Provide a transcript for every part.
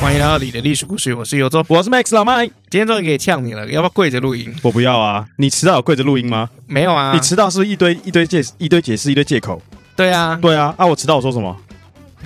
欢迎来到你的历史故事，我是尤忠。我是 Max 老麦，今天终于可以呛你了，要不要跪着录音？我不要啊！你迟到有跪着录音吗？没有啊，你迟到是不是一堆一堆解一堆解释一堆借口？对啊，对啊，啊我迟到我说什么？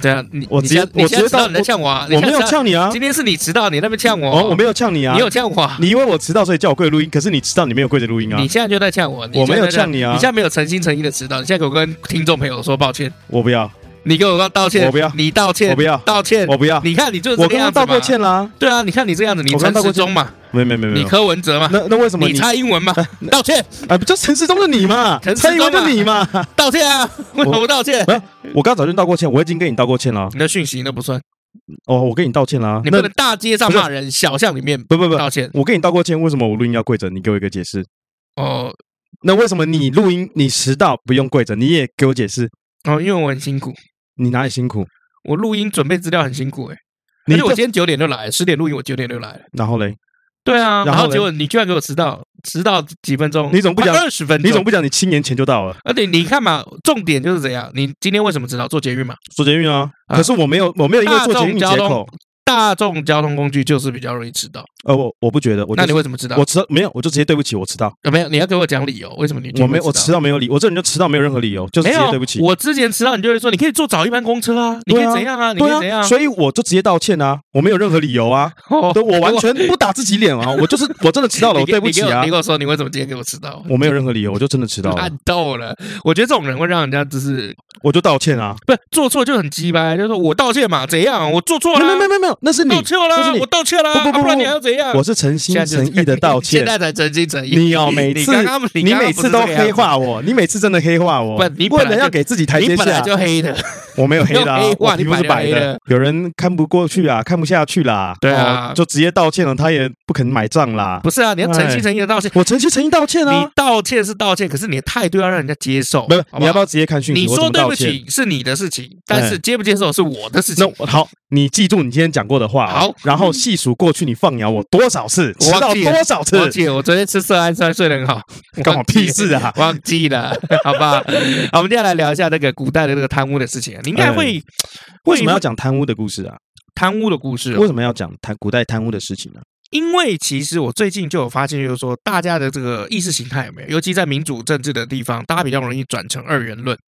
对啊，你我你直接现在你我现在直接知道到你在呛我啊，我没有你现在知道，呛你啊！今天是你迟到，你那边呛我，哦，我没有呛你啊！你有呛我啊，你因为我迟到所以叫我跪着录音，可是你迟到你没有跪着录音啊你！现在就在呛我，你我没现有在在呛你啊你现在没有诚心诚意的迟到，你现在给我跟听众朋友说抱歉，我不要，你给我道歉，我不要你道歉，我不要道歉，我不要！你看你就是我这个刚样刚子嘛道过，歉啦，对啊，你看你这样子，你我刚陈刚道时过歉中嘛，没有没有没有没你有。柯文哲嘛，那那为什么你你蔡英文 嘛，道歉啊？不就陈世忠的你嘛？陈世蔡英文忠啊的你嘛？道歉啊，为什么不道歉？我刚早就道过歉，我已经跟你道过歉了。你的讯息那不算，哦，我跟你道歉啦。你不那能大街上骂人，小巷里面不不不，道歉。我跟你道过歉，为什么我录音要跪着？你给我一个解释。哦那为什么你录音你迟到不用跪着？你也给我解释，哦，因为我很辛苦，你哪里辛苦？我录音准备资料很辛苦哎、你而且我这今天九点就来，十点录音，我九点就来了。然后嘞，对啊，然然后后结嘞果你居然给我迟到，迟到几分钟？你怎么不讲二十分钟？你怎么不讲你七年前就到了？而且你看嘛，重点就是怎样？你今天为什么迟到？做捷运嘛，做捷运啊？啊可是我没有，我没有因为做捷运大众借交口通。大众交通工具就是比较容易迟到。呃，我我不觉得，我就那你为什么迟到？我迟到没有，我就直接对不起，我迟到，呃没有，你要给我讲理由，为什么你我没我迟迟到？到没有理，我这人就迟到没有任何理由，就是没直接有对不起。我之前迟到，你就会说你可以坐早一班公车啊，你可以对啊怎样啊，你可以怎对样啊，？所以我就直接道歉啊，我没有任何理由啊，哦对我完全不打自己脸啊，我就是我真的迟到了，你我给对不起你给我啊你，给我说你为什么今天给我啊迟到？我没有任何理由，我就真的迟到了烂，透了。我觉得这种人会让人家就是我就道歉啊。不是做错就很鸡掰，就是我道歉嘛，怎样？我做错没有了，没有没有没有，那是你啊道，歉那啦是，你我道歉啦，不不不啊不然不你还要怎样？我是诚心现在就诚是意的道现歉。在才诚心诚意。你哦，每次刚刚你你刚刚每不次是都这个样黑子化我，你每次真的黑化我，不你本为来了就要给自己台你阶本来下，就黑的，我没有黑的啊没有黑，化我皮你肤是本来白就黑的的。有人看不过去啊，看不下去啦，对啊哦就直接道歉了，他也不肯买账啦。不是啊？你要诚心诚意的道歉。我诚心诚意道歉你哎啊，道歉是道歉，可是你的态度要让人家接受。不是好好你要不要直接看讯息？你我怎说么对道不歉？哎起是你的事情，但是接不接受是我的事情那。我好，你记住你今天讲过的话，哦好，嗯然后细数过去你放羊我多少次，我迟忘到记了多少次我，姐，我昨天吃色氨酸睡得很好，干我忘记了屁事 啊！忘记了， 好吧？好，我们接下来聊一下那个古代的那个贪污的事情啊。你应该哎会为什么要会讲贪污的故事啊？贪污的故事哦、为什么要讲贪古代贪污的事情呢？因为其实我最近就有发现，就是说大家的这个意识形态有没有，尤其在民主政治的地方，大家比较容易转成二元论。啊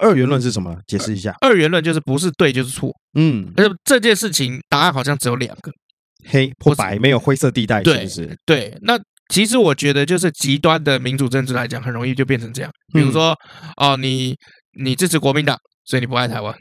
二元论是什么？解释一下。二元论就是不是对就是错，嗯，而且这件事情答案好像只有两个。黑我或是白没有灰色地带，是对不是？对，那其实我觉得就是极端的民主政治来讲，很容易就变成这样。比如说，嗯哦，你你支持国民党，所以你不爱台湾。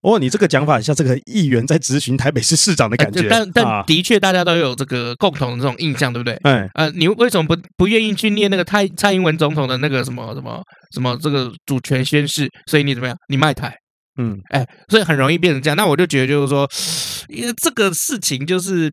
哦，你这个讲法很像这个议员在咨询台北市市长的感觉，哎但但啊的确，大家都有这个共同的这种印象，对不对？哎，呃，你为什么不不愿意去念那个蔡蔡英文总统的那个什么什么什么这个主权宣誓？所以你怎么样？你卖台，嗯，哎，所以很容易变成这样。那我就觉得就是说，因为这个事情就是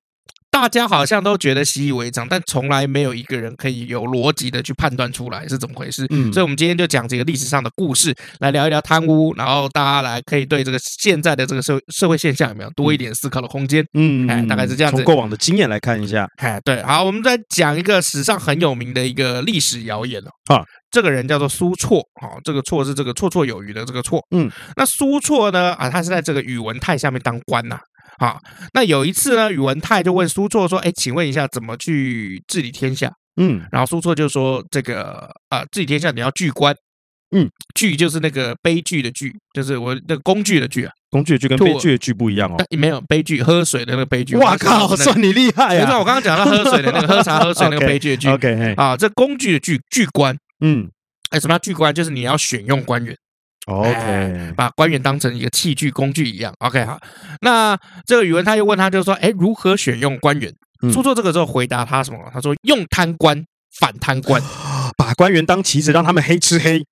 大家好像都觉得习以为常，但从来没有一个人可以有逻辑的去判断出来是怎么回事。嗯所以，我们今天就讲几个历史上的故事，来聊一聊贪污，然后大家来可以对这个现在的这个社社会现象有没有多一点思考的空间？嗯哎大概是这样子从过往的经验来看一下，哎，对，好，我们再讲一个史上很有名的一个历史谣言哦。啊，这个人叫做苏绰，哦，这个绰是这个绰绰有余的这个绰。嗯，那苏绰呢，啊，他是在这个宇文泰下面当官呐、啊。那有一次呢，宇文泰就问苏绰说：“哎，请问一下，怎么去治理天下嗯？”然后苏绰就说：“这个啊、治理天下你要据官。”嗯，据就是那个悲剧的剧，就是我那个工具的剧啊，工具剧跟吐悲剧的剧不一样哦。但没有悲剧，喝水的那个悲剧。哇我刚刚靠，讲的那个算你厉害就像啊我刚刚讲到喝水的那个喝茶喝水 那个 OK，悲剧的剧， ！OK，嘿， 啊，这工具的具具官，嗯哎，什么叫具官？就是你要选用官员，哎，OK，把官员当成一个器具工具一样。OK，好，那这个宇文他又问他，就说，哎，如何选用官员？嗯苏绰这个时候回答他什么？他说用贪官。反贪 官，啊把官员当棋子，让他们黑吃黑，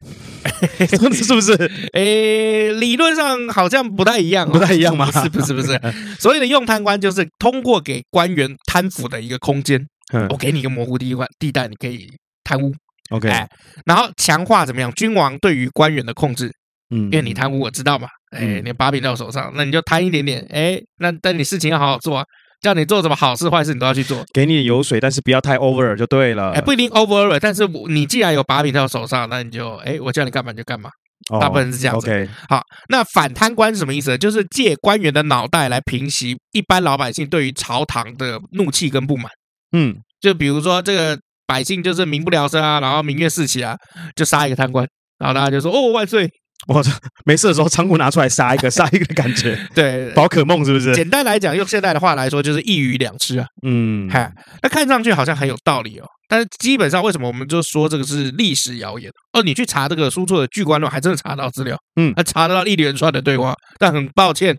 是不是？哎，理论上好像不太一样、哦，不太一样吗 不是不是不 是，所谓的用贪官就是通过给官员贪腐的一个空间，嗯我给你一个模糊地带，地带你可以贪污， ，OK，哎然后强化怎么样？君王对于官员的控制，嗯，因为你贪污，我知道嘛，哎，嗯你把柄在我手上，那你就贪一点点，哎，那但你事情要好好做啊，叫你做什么好事坏事你都要去做，给你油水，但是不要太 over 就对了。哎，不一定 over 了，但是我你既然有把柄在我手上，那你就哎，我叫你干嘛你就干嘛，哦，大部分是这样子。 OK，好，那反贪官是什么意思呢？就是借官员的脑袋来平息一般老百姓对于朝堂的怒气跟不满。嗯，就比如说这个百姓就是民不聊生啊，然后民怨四起啊，就杀一个贪官，然后大家就说哦万岁，我这没事的时候仓库拿出来杀一个，杀一个的感觉，对。宝可梦是不是？简单来讲，用现代的话来说，就是一鱼两吃啊。嗯，嗨，那看上去好像很有道理哦，但是基本上为什么我们就说这个是历史谣言？哦，你去查这个苏措的《巨官论》，还真的查到资料，嗯还查得到一连串的对话，但很抱歉。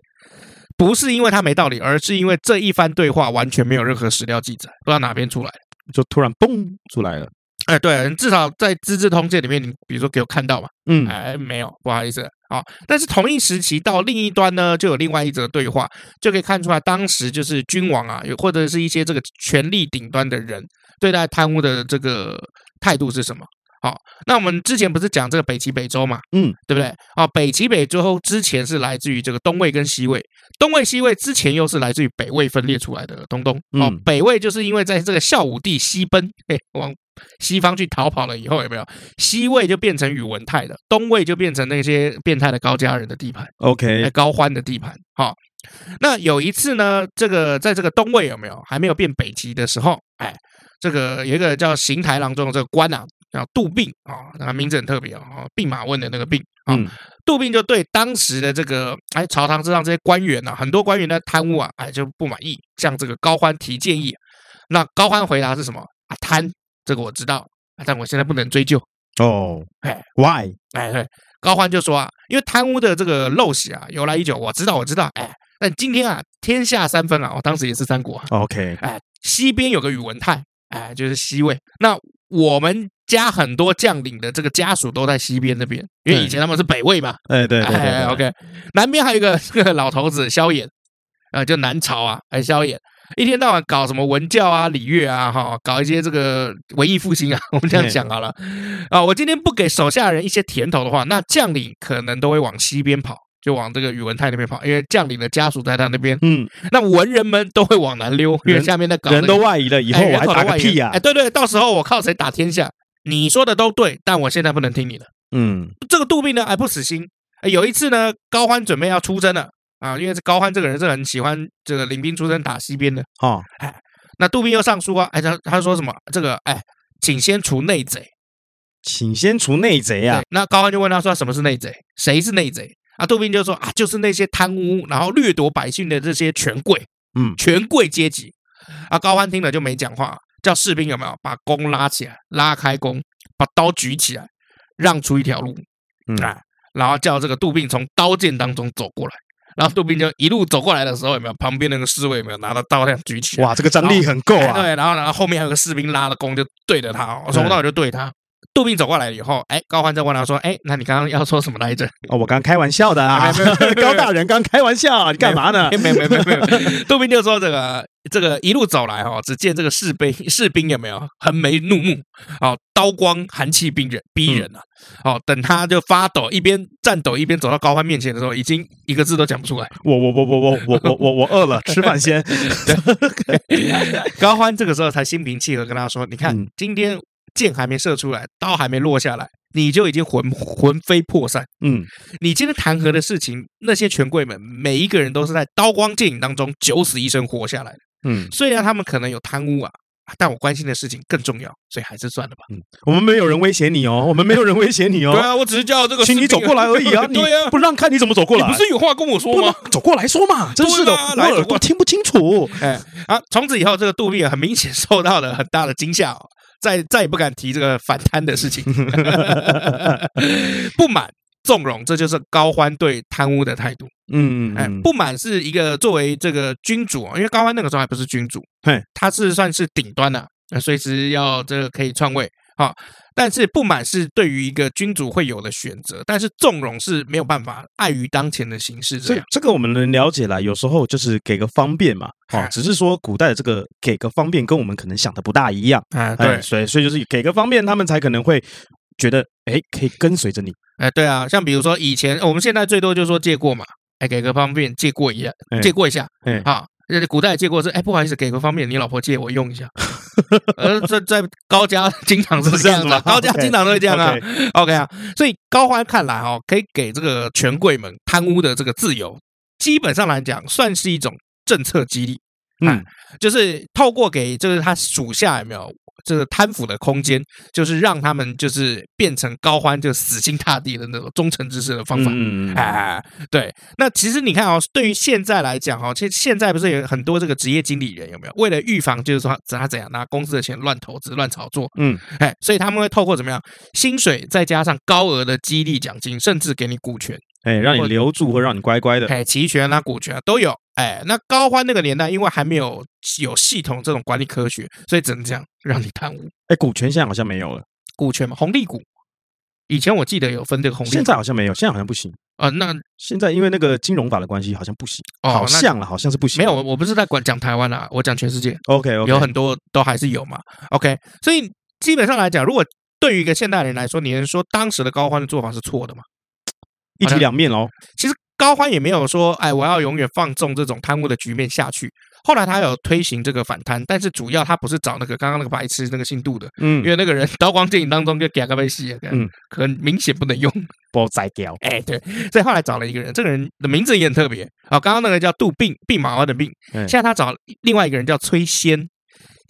不是因为他没道理，而是因为这一番对话完全没有任何史料记载，不知道哪边出来的。就突然蹦出来了。哎，对，至少在《资治通鉴》里面，你比如说给我看到嘛，嗯，哎，没有，不好意思。好，但是同一时期到另一端呢，就有另外一则对话，就可以看出来，当时就是君王啊，有或者是一些这个权力顶端的人对待贪污的这个态度是什么。好，那我们之前不是讲这个北齐北周嘛，嗯，对不对？啊，北齐北周之前是来自于这个东魏跟西魏，东魏西魏之前又是来自于北魏分裂出来的东东。哦，嗯北魏就是因为在这个孝武帝西奔，嘿，往西方去逃跑了以后，有没有？西魏就变成宇文泰的，东魏就变成那些变态的高家人的地盘，哎， OK，高欢的地盘。好、那有一次呢，这个在这个东魏有没有还没有变北齐的时候，哎，这个有一个叫邢台郎中的这个官啊，叫杜病啊，那、名字很特别哦，哦弼马温的那个病啊。嗯杜病就对当时的这个哎朝堂之上这些官员啊，很多官员的贪污啊，哎就不满意，向这个高欢提建议。啊那高欢回答是什么？啊，贪，这个我知道，啊但我现在不能追究。哦哎，Why？哎，对，高欢就说啊，因为贪污的这个陋习啊，由来已久，我知道，我知道，哎，但今天啊，天下三分啊，我当时也是三国啊， OK，哎，西边有个宇文泰，哎，就是西魏，那我们家很多将领的这个家属都在西边那边，因为对以前他们是北魏嘛，哎，对对对哎对，OK，南边还有一个这个老头子萧衍，呃，就南朝啊，哎，萧衍。一天到晚搞什么文教啊、礼乐啊，哈，搞一些这个文艺复兴啊，我们这样讲好了。啊，我今天不给手下人一些甜头的话，那将领可能都会往西边跑，就往这个宇文泰那边跑，因为将领的家属在他那 边。嗯，那文人们都会往南溜，因为人下面在搞人这都个外移了，以后哎我人还口的打个外移屁啊呀哎，？对对，到时候我靠谁打天下？你说的都对，但我现在不能听你的。嗯这个杜宾呢，哎不死心。哎有一次呢，高欢准备要出征了啊，因为这高欢这个人是很喜欢这个领兵出征打西边的。哦，那杜宾又上书啊，哎他他说什么？这个哎，请先除内贼。请先除内贼啊对。那高欢就问他说，什么是内贼？谁是内贼？啊，杜宾就说啊，就是那些贪污然后掠夺百姓的这些权贵，嗯权贵阶级。啊，高欢听了就没讲话，叫士兵有没有把弓拉起来，拉开弓，把刀举起来，让出一条路。嗯哎，然后叫这个杜宾从刀剑当中走过来。然后杜宾就一路走过来的时候，有没有旁边那个侍卫有没有拿着刀这样举起来？哇，这个张力很够哎啊。对，然后然后后面还有个士兵拉了弓，就对着他哦，从头到尾就对他。杜宾走过来以后，哎，高欢再问他说：“哎，那你刚刚要说什么来着哦，我刚开玩笑的啊哎没有 没有，没有高大人刚开玩笑，你干嘛？”呢哎，？没有没有没有没有， 杜宾就说：“这个这个一路走来哈、哦，只见这个士兵士兵有没有横眉怒目，哦，刀光寒气逼人逼人啊！嗯哦，等他就发抖，一边战抖一边走到高欢面前的时候，已经一个字都讲不出来。”我我我我我我我我我饿了，吃饭先。 高欢这个时候才心平气和跟他说：“你看嗯，今天箭还没射出来，刀还没落下来，你就已经魂魂飞魄散。嗯，你今天弹劾的事情，那些权贵们每一个人都是在刀光剑影当中九死一生活下来的。嗯，虽然他们可能有贪污啊，但我关心的事情更重要，所以还是算了吧。我们没有人威胁你哦，我们没有人威胁你对哦，啊，我只是叫这个，请你走过来而已 啊，你对啊，不让看你怎么走过你来？不是有话跟我说不吗能？走过来说 嘛，真是的，对嘛我来耳走过朵听不清 楚。哎，啊，从此以后，这个杜宾啊很明显受到了很大的惊吓、哦，再再也不敢提这个反贪的事情， 嗯不满。纵容，这就是高欢对贪污的态度。嗯，哎，嗯，不满是一个作为这个君主哦，因为高欢那个时候还不是君主嘿，他是算是顶端的、啊，随时要这个可以篡位啊、好但是不满是对于一个君主会有的选择，但是纵容是没有办法，碍于当前的形势这这样。这个我们能了解啦，有时候就是给个方便嘛，哦哎，只是说古代的这个给个方便跟我们可能想的不大一样，啊，哎对，所以所以就是给个方便，他们才可能会觉得哎可以跟随着你，哎，对啊，像比如说以前我们现在最多就说借过嘛，哎，给个方便借过一下，哎借过一下哎，啊。呃古代借过是，哎，不好意思，给个方便，你老婆借我用一 下。呃，在在高家经常是是这这样样子子吗啊，高家 OK，经常都会这样啊 OK。 OK 啊，所以高欢看来哦，可以给这个权贵们贪污的这个自由，基本上来讲算是一种政策激励，嗯，就是透过给就是他属下有没有这个贪腐的空间，就是让他们就是变成高欢就死心塌地的那种忠诚之士的方法。嗯嗯嗯嗯哎，对，那其实你看哦，对于现在来讲哦，其实现在不是有很多这个职业经理人有没有？为了预防，就是说他怎样拿公司的钱乱投资、乱炒作，嗯，哎，所以他们会透过怎么样薪水，再加上高额的激励奖金，甚至给你股权，哎，让你留住或让你乖乖的，哎，期权啊、股权啊都有。哎，那高欢那个年代，因为还没有有系统这种管理科学，所以只能这样让你贪污哎，股权现在好像没有了，股权嘛，红利股。以前我记得有分这个红利股，现在好像没有，现在好像不行，啊、那现在因为那个金融法的关系，好像不行，哦好那像了，好像是不行，没有，我我不是在管讲台湾啦、我讲全世界。 ，OK OK，有很多都还是有嘛。OK，所以基本上来讲，如果对于一个现代人来说，你能说当时的高欢的做法是错的吗？一体两面喽，其实高欢也没有说，哎，我要永远放纵这种贪污的局面下去。后来他有推行这个反贪，但是主要他不是找那个刚刚那个白痴那个姓杜的，嗯因，为那个人 《刀光剑影》当中就给个被戏，嗯嗯，很明显不能用。包摘掉，哎，对，所以后来找了一个人，这个人的名字也很特别啊。刚刚那个叫杜鬓，鬓毛的鬓，嗯现在他找另外一个人叫崔仙，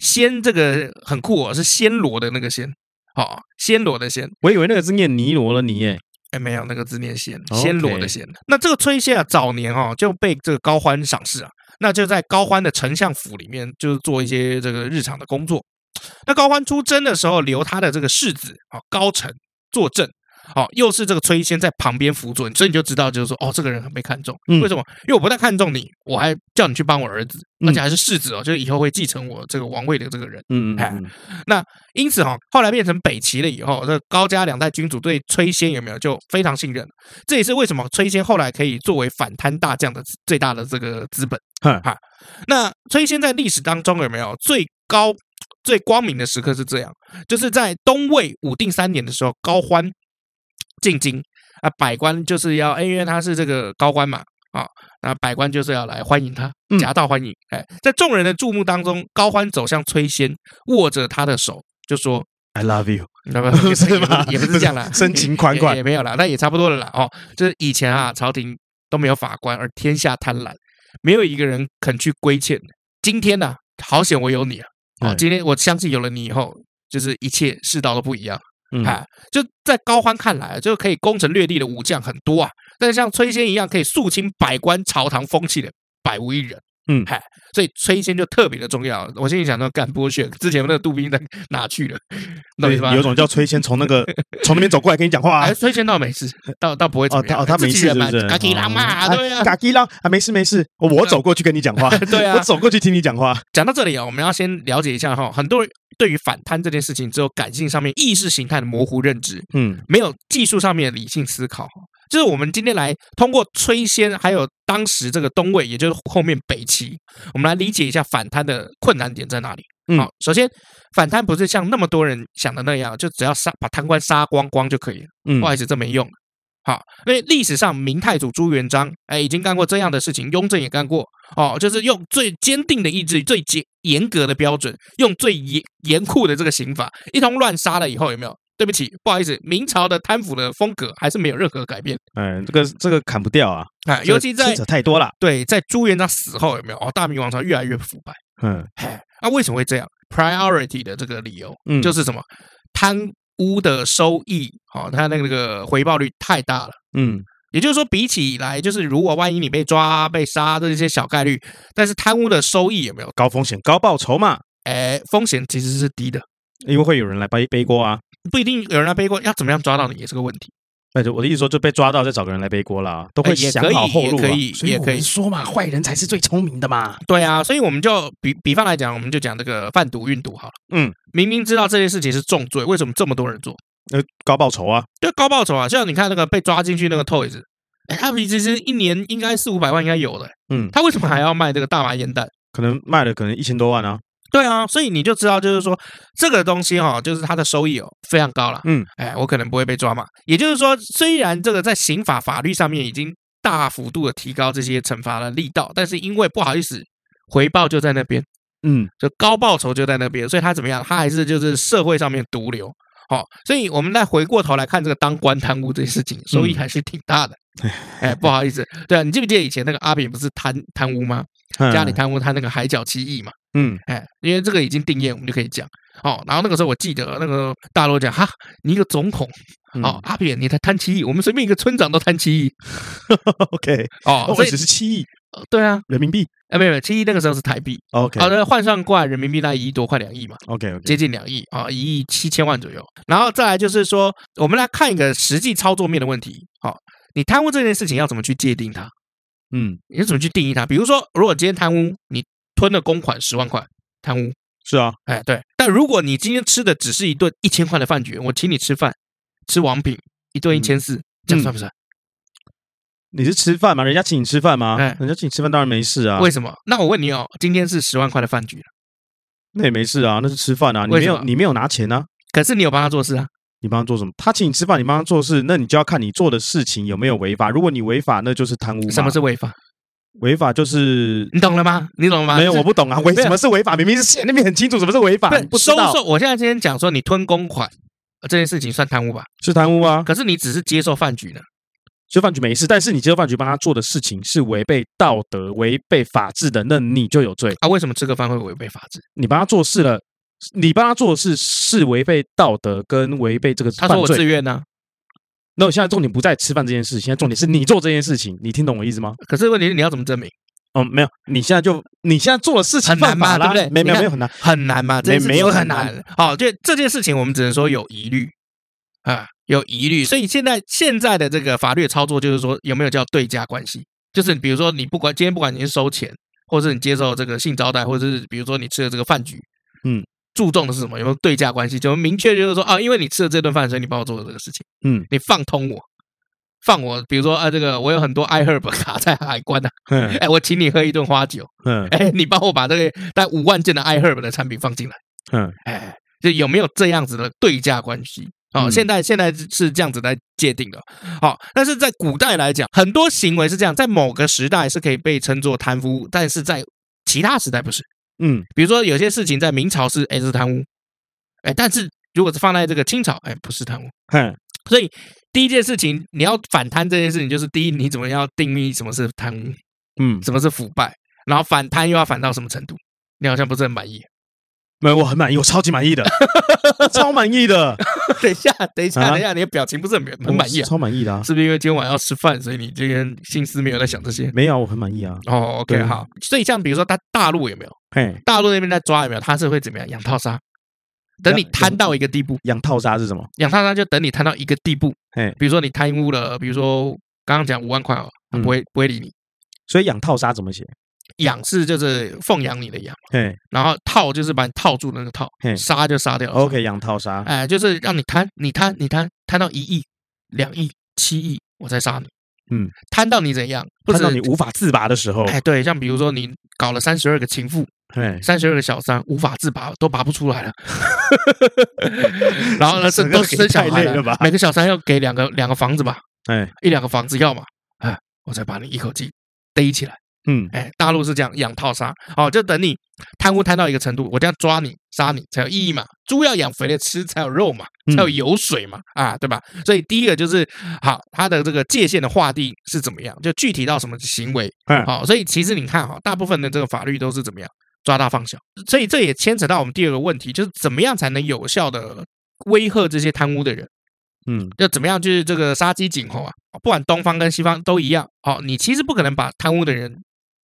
仙这个很酷哦，是暹罗的那个仙，哦，暹罗的暹，我以为那个是念尼罗了你耶，哎，没有那个字念仙， OK 暹罗的仙。那这个崔仙啊，早年哦就被这个高欢赏识啊，那就在高欢的丞相府里面，就是做一些这个日常的工作。那高欢出征的时候，留他的这个世子啊高澄坐镇。哦，又是这个崔仙在旁边辅佐你，所以你就知道，就是说，哦，这个人很被看重。嗯为什么？因为我不但看重你，我还叫你去帮我儿子，嗯而且还是世子哦，就是以后会继承我这个王位的这个人。嗯嗯哎嗯，因此哈、后来变成北齐了以后，这高家两代君主对崔仙有没有就非常信任？这也是为什么崔仙后来可以作为反贪大将的最大的这个资本。哼哈，那崔仙在历史当中有没有最高最光明的时刻是这样？就是在东魏武定三年的时候，高欢进京啊，百官就是要，哎因为他是这个高官嘛。啊，那百官就是要来欢迎他嗯，夹道欢迎。哎，在众人的注目当中，高欢走向崔仙，握着他的手，就说 I love you，：“ 那么也不 是是 吗也不是这 样啦，深情款也款 也没有啦，那也差不多了啦。哦，就是以前啊，朝廷都没有法官，而天下贪婪，没有一个人肯去规劝。今天呢、好险我有你啊！哦嗯，今天我相信有了你以后，就是一切世道都不一样。嗯，哎，就在高欢看来，啊就可以攻城略地的武将很多啊，但是像崔仙一样可以肃清百官朝堂风气的，百无一人。嗯嗨，所以崔仙就特别的重要。我心里想说，干剥削之前那个杜宾在哪去了？懂我意思吧有？种叫崔仙从那 个从那边走过来跟你讲话啊哎，。崔仙倒没事，倒倒不会怎哦，么他样。哎哦，他自没己事是人不嘛是？嘎吉拉嘛，哦对 啊。 嘎吉拉啊，没事没事，我走过去跟你讲话，嗯 对啊我走过去听你讲话，讲到这里啊，我们要先了解一下哈，很多人对于反贪这件事情只有感性上面意识形态的模糊认知，嗯没有技术上面的理性思考。就是我们今天来通过崔仙，还有当时这个东魏，也就是后面北齐，我们来理解一下反贪的困难点在哪里。嗯好，首先反贪不是像那么多人想的那样，就只要杀把贪官杀光光就可以了。嗯不好意思，这没用。好，因为历史上明太祖朱元璋，哎，已经干过这样的事情，雍正也干过哦，就是用最坚定的意志、最严严格的标准，用最严严酷的这个刑法，一通乱杀了以后，有没有？对不起，不好意思，明朝的贪腐的风格还是没有任何改变哎，这个这个砍不掉啊，啊，这尤其牵在扯太多了，对在朱元璋死后，有没有？哦，大明王朝越来越腐败。嗯那、为什么会这样？priority 的这个理由，嗯，就是什么贪污的收益，哦，它那个回报率太大了。嗯也就是说，比起来，就是如果万一你被抓、被杀这些小概率，但是贪污的收益有没有？高风险高报酬嘛，哎，风险其实是低的，因为会有人来背背锅啊。不一定有人来背锅，要怎么样抓到你也是个问题。那哎就我的意思说，就被抓到再找个人来背锅啦，都哎会也想可以好后路也啊可以所以也我可以们说嘛，坏人才是最聪明的嘛。对啊，所以我们就比比方来讲，我们就讲这个贩毒、运毒好了。嗯，明明知道这件事情是重罪，为什么这么多人做？呃，高报酬啊，就高报酬啊，像你看那个被抓进去那个 Toys，哎，他其实一年应该四五百万应该有的，嗯他为什么还要卖这个大麻烟弹？可能卖了可能一千多万啊，对啊，所以你就知道，就是说这个东西哈、就是它的收益哦非常高了。嗯，哎，我可能不会被抓嘛。也就是说，虽然这个在刑法法律上面已经大幅度的提高这些惩罚的力道，但是因为不好意思，回报就在那边，嗯，就高报酬就在那边，所以他怎么样？他还是就是社会上面毒瘤。哦，所以我们再回过头来看这个当官贪污这件事情，收益还是挺大的。哎，不好意思，对啊，你记不记得以前那个阿扁不是贪贪污吗？家里贪污他那个海角七亿嘛？嗯，哎，因为这个已经定谳，我们就可以讲哦。然后那个时候我记得那个大陆讲哈，你一个总统嗯哦，阿扁你才贪七亿，我们随便一个村长都贪七亿 ，OK，哦哦，所我以只是七亿呃对啊，人民币哎没有没有，七亿那个时候是台币， ，OK，好的换算过来人民币那一亿多，快两亿嘛， ，OK OK，接近两亿啊，一亿七千万左右。然后再来就是说，我们来看一个实际操作面的问题，好，你贪污这件事情要怎么去界定它？嗯，你怎么去定义它？比如说，如果今天贪污，你吞了公款十万块，贪污，是啊，哎，对。但如果你今天吃的只是一顿一千块的饭局，我请你吃饭，吃王品，一顿一嗯千四，这样算不算？你是吃饭嘛？人家请你吃饭嘛哎？人家请你吃饭当然没事啊，为什么？那我问你哦，今天是十万块的饭局，那也没事啊，那是吃饭啊，你为没什么有你没有拿钱啊，可是你有帮他做事啊？你帮他做什么？他请你吃饭，你帮他做事，那你就要看你做的事情有没有违法。如果你违法，那就是贪污嘛。什么是违法？违法？就是你懂了吗？你懂了吗？没有，就是我不懂啊。违没有什么是违法？明明是写那边很清楚，什么是违法？你不不是知收道受。我现在今天讲说你吞公款。呃这件事情算贪污吧？是贪污啊，可是你只是接受饭局呢？就饭局没事。但是你接受饭局帮他做的事情是违背道德、违背法治的，那你就有罪。啊，为什么吃个饭会违背法治？你帮他做事了，你帮他做的事是违背道德跟违背这个他说犯我自罪。愿呢、啊那我现在重点不在吃饭这件事，情，现在重点是你做这件事情，你听懂我意思吗？可是问题是你要怎么证明？嗯，没有，你现在就你现在做的事情很难犯法吧啦对不对没你没看有没有很难，很难嘛，这件事情没有很很难。好，就这件事情，我们只能说有疑虑啊，有疑虑。所以现在现在的这个法律的操作，就是说有没有叫对价关系？就是比如说你不管今天不管你是收钱，或者是你接受这个性招待，或者是比如说你吃的这个饭局，嗯，注重的是什么？有没有对价关系？就明确就是说啊，因为你吃了这顿饭，所以你帮我做了这个事情，嗯，你放通我。放我，比如说啊，这个我有很多 iHerb 卡在海关呐、嗯哎，我请你喝一顿花酒，嗯哎，你帮我把这个带五万件的 iHerb 的产品放进来，嗯哎，就有没有这样子的对价关系？哦，嗯现在现在是这样子来界定的。好、但是在古代来讲，很多行为是这样，在某个时代是可以被称作贪污，但是在其他时代不是。嗯，比如说有些事情在明朝是哎是贪污，哎，但是如果是放在这个清朝，哎不是贪污。哼，所以第一件事情你要反贪这件事情，就是第一你怎么样定义什么是贪污，嗯，什么是腐败，然后反贪又要反到什么程度？你好像不是很满意。啊没有，我很满意，我超级满意的，超满意的， 等一下，等一下，啊等一下，你的表情不是很很满意我啊？超满意的啊，是不是因为今天晚上要吃饭，所以你今天心思没有在想这些？没有，我很满意啊，哦，OK，对好。所以像比如说，他大陆有没有？嘿，大陆那边在抓有没有？他是会怎么样？养套杀。等你贪到一个地步，养套杀是什么？养套杀就等你贪到一个地步。嘿，比如说你贪污了，比如说刚刚讲五万块哦，他不会不会理你。所以养套杀怎么写？养是就是奉养你的养，嘿然后套就是把你套住的那个套，嘿杀就杀掉了。 ，OK，养套杀，哎，就是让你贪，你贪，你贪，贪到一亿、两亿、七亿，我再杀你。嗯，贪到你怎样？不看止到你无法自拔的时候，哎哎，对，像比如说你搞了三十二个情妇，嘿，三十二个小三，无法自拔，都拔不出 来了。然后呢，这整个都给生小太孩累了吧每个小三要给两个两个房子吧，哎，一两个房子要嘛，哎，我再把你一口气逮起来。嗯，哎，大陆是这样养套杀，哦，就等你贪污贪到一个程度，我这样抓你杀你才有意义嘛。猪要养肥了吃才有肉嘛，嗯才有油水嘛，啊，对吧？所以第一个就是好，它的这个界限的划定是怎么样，就具体到什么行为，嗯好、所以其实你看哈、大部分的这个法律都是怎么样抓大放小，所以这也牵扯到我们第二个问题，就是怎么样才能有效的威吓这些贪污的人。嗯，要怎么样就是这个杀鸡儆猴啊，不管东方跟西方都一样。哦，你其实不可能把贪污的人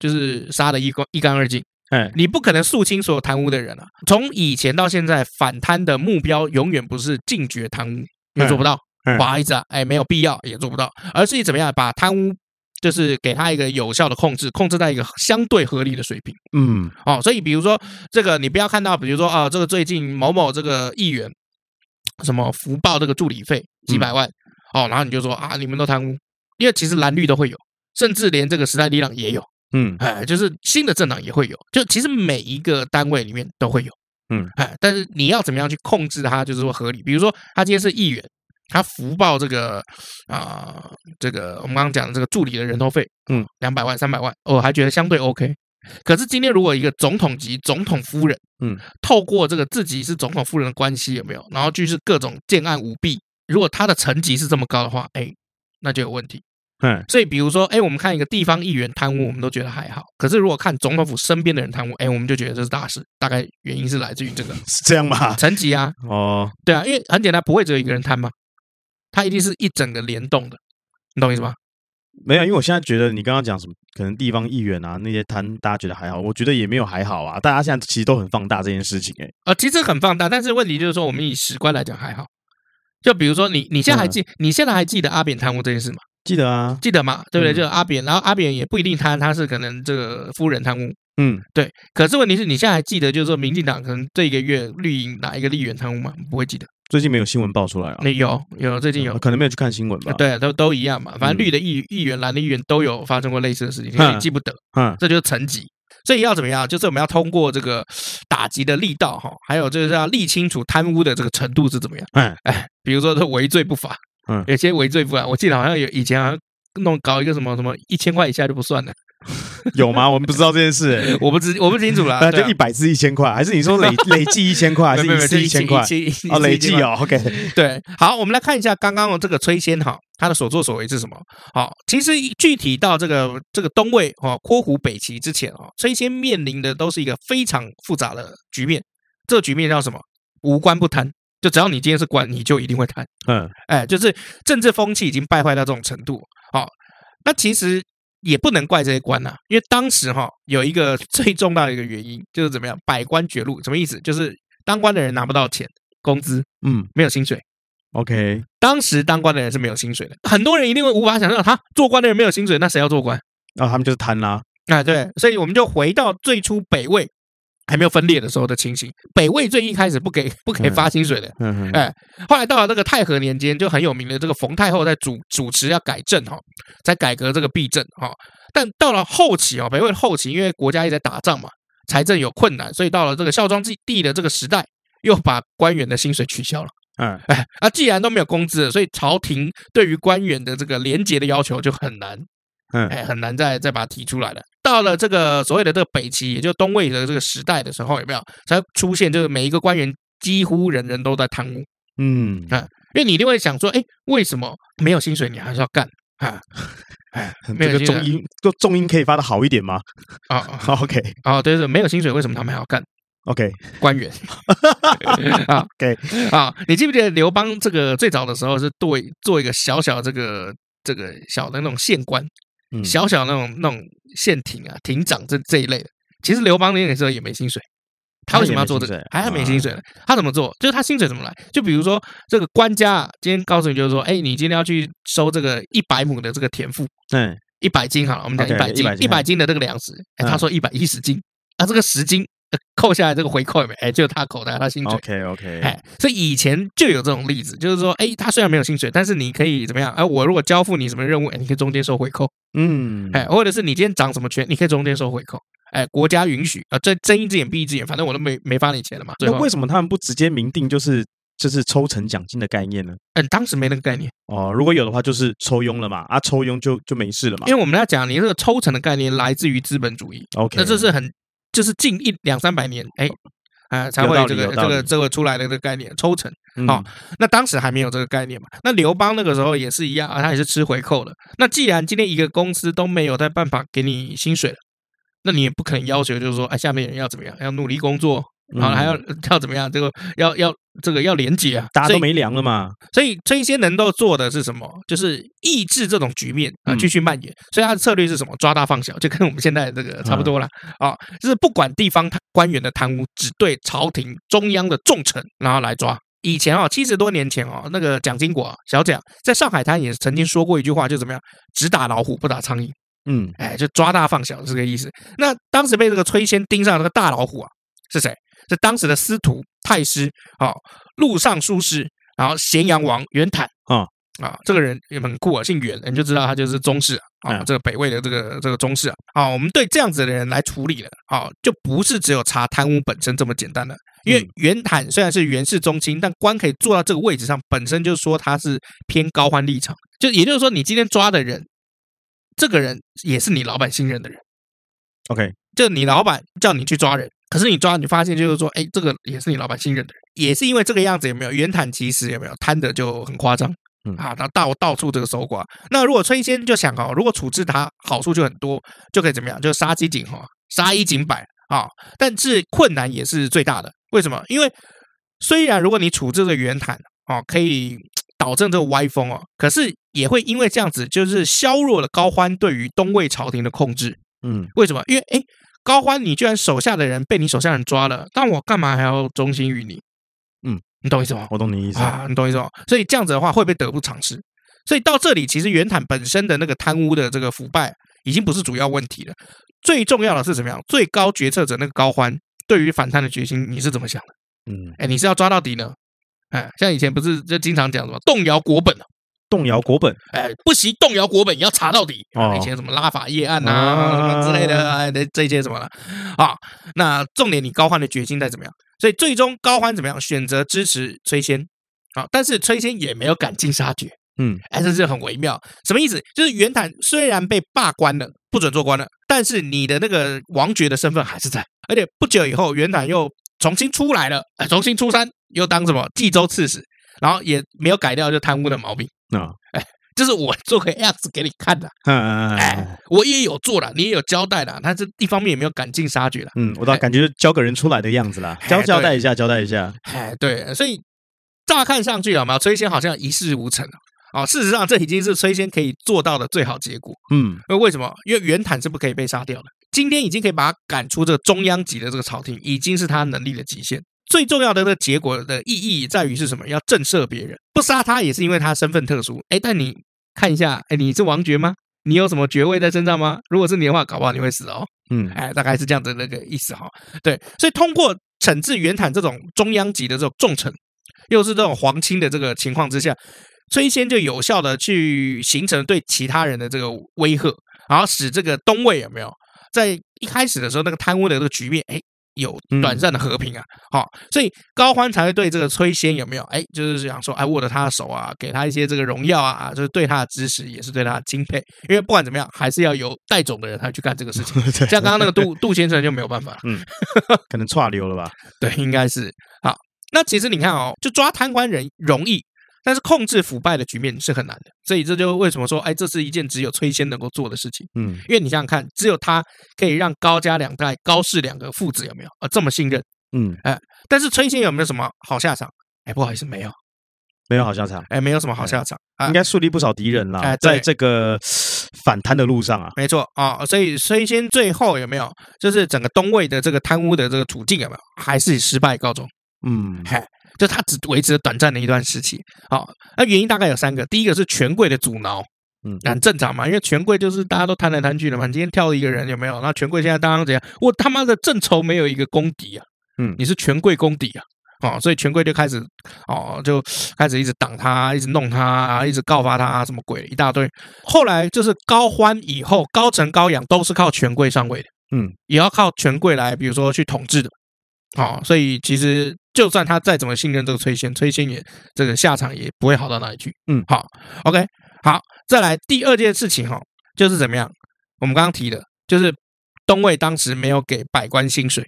就是杀的一光一干二净，哎，你不可能肃清所有贪污的人啊。从以前到现在，反贪的目标永远不是禁绝贪污，也做不到，嗯不好意思啊，哎，没有必要也做不到，而是怎么样把贪污就是给他一个有效的控制，控制在一个相对合理的水平。嗯，哦，所以比如说这个，你不要看到，比如说啊、这个最近某某这个议员什么福报这个助理费几百万、哦，然后你就说啊，你们都贪污，因为其实蓝绿都会有，甚至连这个时代力量也有，嗯哎，就是新的政党也会有，就其实每一个单位里面都会有，嗯，哎，但是你要怎么样去控制它，就是说合理。比如说，他今天是议员，他福报这个啊、这个我们刚刚讲的这个助理的人头费，嗯，两百万、三百万，我还觉得相对 OK。可是今天如果一个总统级总统夫人，嗯，透过这个自己是总统夫人的关系有没有，然后就是各种建案舞弊，如果他的层级是这么高的话，哎，那就有问题。嗯所以，比如说，哎，我们看一个地方议员贪污，我们都觉得还好；可是如果看总统府身边的人贪污，哎，我们就觉得这是大事。大概原因是来自于这个是这样吗？ 层级啊，哦，对啊，因为很简单，不会只有一个人贪嘛，他一定是一整个联动的，你懂我意思吗？没有，因为我现在觉得你刚刚讲什么，可能地方议员啊那些摊，大家觉得还好，我觉得也没有还好啊，大家现在其实都很放大这件事情、欸，哎，呃，其实很放大，但是问题就是说，我们以史观来讲还好。就比如说你，你现在还记，你现在还记得阿扁贪污这件事吗？记得啊，记得吗？对不对？嗯就是阿扁，然后阿扁也不一定贪，他是可能这个夫人贪污，嗯，对。可是问题是你现在还记得，就是说民进党可能这一个月绿营哪一个立员贪污吗？不会记得。最近没有新闻爆出来啊，那有有最近有，啊可能没有去看新闻吧，，对，都都一样嘛。反正嗯绿的议议员、蓝的议员都有发生过类似的事情，所以嗯你记不得，嗯这就是层级。所以要怎么样？就是我们要通过这个打击的力道哈，还有就是要理清楚贪污的这个程度是怎么样。嗯哎，比如说这围罪不罚，嗯有些围罪不罚，我记得好像有以前好像弄搞一个什么什么一千块以下就不算了，有吗？我们不知道这件事、欸，我不知我不清楚了。 那对就啊一百次一千块，还是你 说累累计一千块，还没是有没有一没有次就一千千块？一千哦，累一千计块哦，OK，对，好，我们来看一下刚刚的这个崔仙哈，他的所作所为是什么？好，其实具体到这个这个东魏哦，括弧北齐之前哦，崔仙面临的都是一个非常复杂的局面。这个局面叫什么？无官不贪，就只要你今天是官，你就一定会贪。嗯哎，就是政治风气已经败坏到这种程度。好、那其实也不能怪这些官呐、因为当时哈、有一个 最重大的一个原因就是怎么样，百官绝路，什么意思？就是当官的人拿不到钱，工资嗯没有薪水。 ，OK，当时当官的人是没有薪水的，很多人一定会无法想象，啊他做官的人没有薪水，那谁要做官？那哦他们就是贪啦，啊，对，所以我们就回到最初北魏还没有分裂的时候的情形。北魏最一开始不给 不给发薪水的，嗯哎后来到了这个太和年间，就很有名的这个冯太后在主主持要改正哈、哦，在改革这个弊政哈、哦。但到了后期哦，北魏的后期，因为国家一直在打仗嘛，财政有困难，所以到了这个孝庄之帝的这个时代，又把官员的薪水取消了。嗯哎，啊，既然都没有工资了，所以朝廷对于官员的这个廉洁的要求就很难，嗯哎，很难再再把它提出来了。到了这个所谓的这个北齐，也就东魏的这个时代的时候，有没有才出现这个每一个官员几乎人人都在贪污？嗯，因为你一定会想说，哎，为什么没有薪水你还是要干啊？哎，没这有个薪重水音，这个重音可以发的好一点 吗啊啊？OK 啊！对对，没有薪水，为什么他们还要干 OK，官 员？啊 OK 啊！你记不记得刘邦这个最早的时候是做做一个小小这个这个小的那种县官？嗯小小那种那种县亭啊、亭长这这一类的。其实刘邦那个时候也没薪水，他为什么要做这他也没个薪还还没薪水水？啊呢？他怎么做？就是他薪水怎么来？就比如说这个官家啊，今天告诉你就是说，哎，你今天要去收这个一百亩的这个田赋，嗯一百斤好了，我们讲 OK，一百斤100，斤一百斤的这个粮食，哎，他嗯说一百一十斤啊，这个十斤呃扣下来这个回扣有没有？哎，就是他口袋他薪水。 ，OK OK，哎，所以以前就有这种例子，就是说，哎，他虽然没有薪水，但是你可以怎么样？哎，我如果交付你什么任务，哎，你可以中间收回扣。嗯，哎，或者是你今天涨什么权，你可以中间收回扣。哎，国家允许啊，这睁一只眼闭一只眼，反正我都没没发你钱了嘛。最那后为，什么他们不直接明定就是就是抽成奖金的概念呢？嗯，当时没那个概念，哦，如果有的话，就是抽佣了嘛，啊，抽佣就就没事了嘛因为我们要讲，你这个抽成的概念来自于资本主义， ，OK，那这是很就是近一两三百年，哎。啊，才会有道有理这个有道这理个这个出来的这个概念抽成，好好，那当时还没有这个概念嘛。那刘邦那个时候也是一样啊，他也是吃回扣的。那既然今天一个公司都没有在办法给你薪水了，那你也不可能要求就是说，哎，下面人要怎么样，要努力工作，嗯然后还要要怎么样？这个要要这个要廉洁啊，大家所都以没粮了嘛，所以这一些能够做的是什么？就是抑制这种局面啊、嗯继续蔓延。所以他的策略是什么？抓大放小，就跟我们现在这个差不多了啊、就是不管地方贪官员的贪污，只对朝廷中央的重臣然后来抓。以前哦，七十多年前哦，那个蒋经国啊小蒋在上海滩也曾经说过一句话，就怎么样，只打老虎不打苍蝇，嗯哎，就抓大放小是这个意思。那当时被这个崔仙盯上的那个大老虎啊，是谁？是当时的司徒、太师，哦，陆尚书师，然后咸阳王袁坦啊，啊，这个人也很酷啊，姓袁，你就知道他就是宗室啊，啊嗯这个北魏的这个这个宗室啊啊，我们对这样子的人来处理了啊，就不是只有查贪污本身这么简单了。因为嗯袁侃虽然是袁氏宗亲，但官可以坐到这个位置上，本身就说他是偏高欢立场，就也就是说，你今天抓的人，这个人也是你老板信任的人。 OK，就你老板叫你去抓人，可是你抓你发现就是说，哎，这个也是你老板信任的人，也是因为这个样子有没有？袁坦其实有没有贪的就很夸张嗯。啊，他到到处这个搜刮。那如果崔仙就想哦，如果处置他，好处就很多，就可以怎么样？就杀鸡儆猴，杀一儆百啊。但是困难也是最大的，为什么？因为虽然如果你处置了袁坦哦，可以嘖导正这个歪风哦，可是也会因为这样子，就是削弱了高欢对于东魏朝廷的控制。嗯为什么？因为哎，诶高欢你居然手下的人被你手下人抓了，但我干嘛还要忠心于你？嗯，你懂我意思吗？我懂你意思。啊，你懂我意思吗？所以这样子的话会被得不偿失。所以到这里，其实袁坦本身的那个贪污的这个腐败已经不是主要问题了，最重要的是怎么样？最高决策者那个高欢对于反贪的决心，你是怎么想的？嗯，哎，你是要抓到底呢？哎，像以前不是就经常讲什么动摇国本啊动摇国本，哎，不惜动摇国本，也要查到底。啊哦以前什么拉法叶案啊啊，什么之类的，哎，这这些什么的啊。那重点，你高欢的决心在怎么样？所以最终高欢怎么样选择支持崔仙啊？但是崔仙也没有赶尽杀绝，嗯，哎，这是很微妙。什么意思？就是袁坦虽然被罢官了，不准做官了，但是你的那个王爵的身份还是在，而且不久以后袁坦又重新出来了，哎重新出山，又当什么冀州刺史，然后也没有改掉就贪污的毛病。啊，就是我做个样子给你看的，嗯我也有做了，你也有交代了，但是一方面也没有赶尽杀绝了。嗯，我倒感觉就交个人出来的样子啦，哎交交对代一下，交代一下，哎，对，所以乍看上去有没有崔仙好像一事无成啊、哦？事实上，这已经是崔仙可以做到的最好结果。嗯呃，为什么？因为袁坦是不可以被杀掉的。今天已经可以把他赶出这个中央级的这个朝廷，已经是他能力的极限。最重要的这个结果的意义在于是什么？要震慑别人，不杀他也是因为他身份特殊。哎，但你看一下，哎，你是王爵吗？你有什么爵位在身上吗？如果是你的话，搞不好你会死哦。嗯哎，大概是这样的那个意思哈。对，所以通过惩治袁坦这种中央级的这种重臣，又是这种皇亲的这个情况之下，崔仙就有效的去形成对其他人的这个威吓，然后使这个东魏有没有在一开始的时候那个贪污的这个局面，哎。有嗯短暂的和平啊，好、所以高欢才会对这个崔仙有没有，哎，就是想说，哎，握着他的手啊，给他一些这个荣耀啊，啊就是对他的支持，也是对他的敬佩，因为不管怎么样，还是要有带种的人才去干这个事情。对，像刚刚那个杜杜先生就没有办法了，可能岔流了吧？对，应该是好。那其实你看哦，就抓贪官人容易，但是控制腐败的局面是很难的，所以这就为什么说，哎，这是一件只有崔仙能够做的事情，嗯因为你想想看，只有他可以让高家两代、高氏两个父子有没有啊这么信任？嗯，但是崔仙有没有什么好下场？哎，不好意思，没有，没有好下场，哎，没有什么好下场啊嗯应。该树立不少敌人啦哎，在对这个反贪的路上啊，没错啊、所以崔仙最后有没有，就是整个东魏的这个贪污的这个处境有没有，还是以失败告终？嗯就他只维持了短暂的一段时期。好、那原因大概有三个，第一个是权贵的阻挠，嗯很正常嘛，因为权贵就是大家都贪来贪去的嘛。你今天跳一个人有没有？那权贵现在当然怎样？我他妈的正仇没有一个公敌啊，嗯你是权贵公敌啊。哦，所以权贵就开始，哦，就开始一直挡他，一直弄他，啊一直告发他，什么鬼一大堆。后来就是高欢以后，高层高养都是靠权贵上位的，嗯，也要靠权贵来，比如说去统治的。哦，所以其实就算他再怎么信任这个崔仙，崔仙也这个下场也不会好到哪里去。嗯好，OK，好，再来第二件事情哈、哦，就是怎么样？我们刚刚提的，就是东魏当时没有给百官薪水，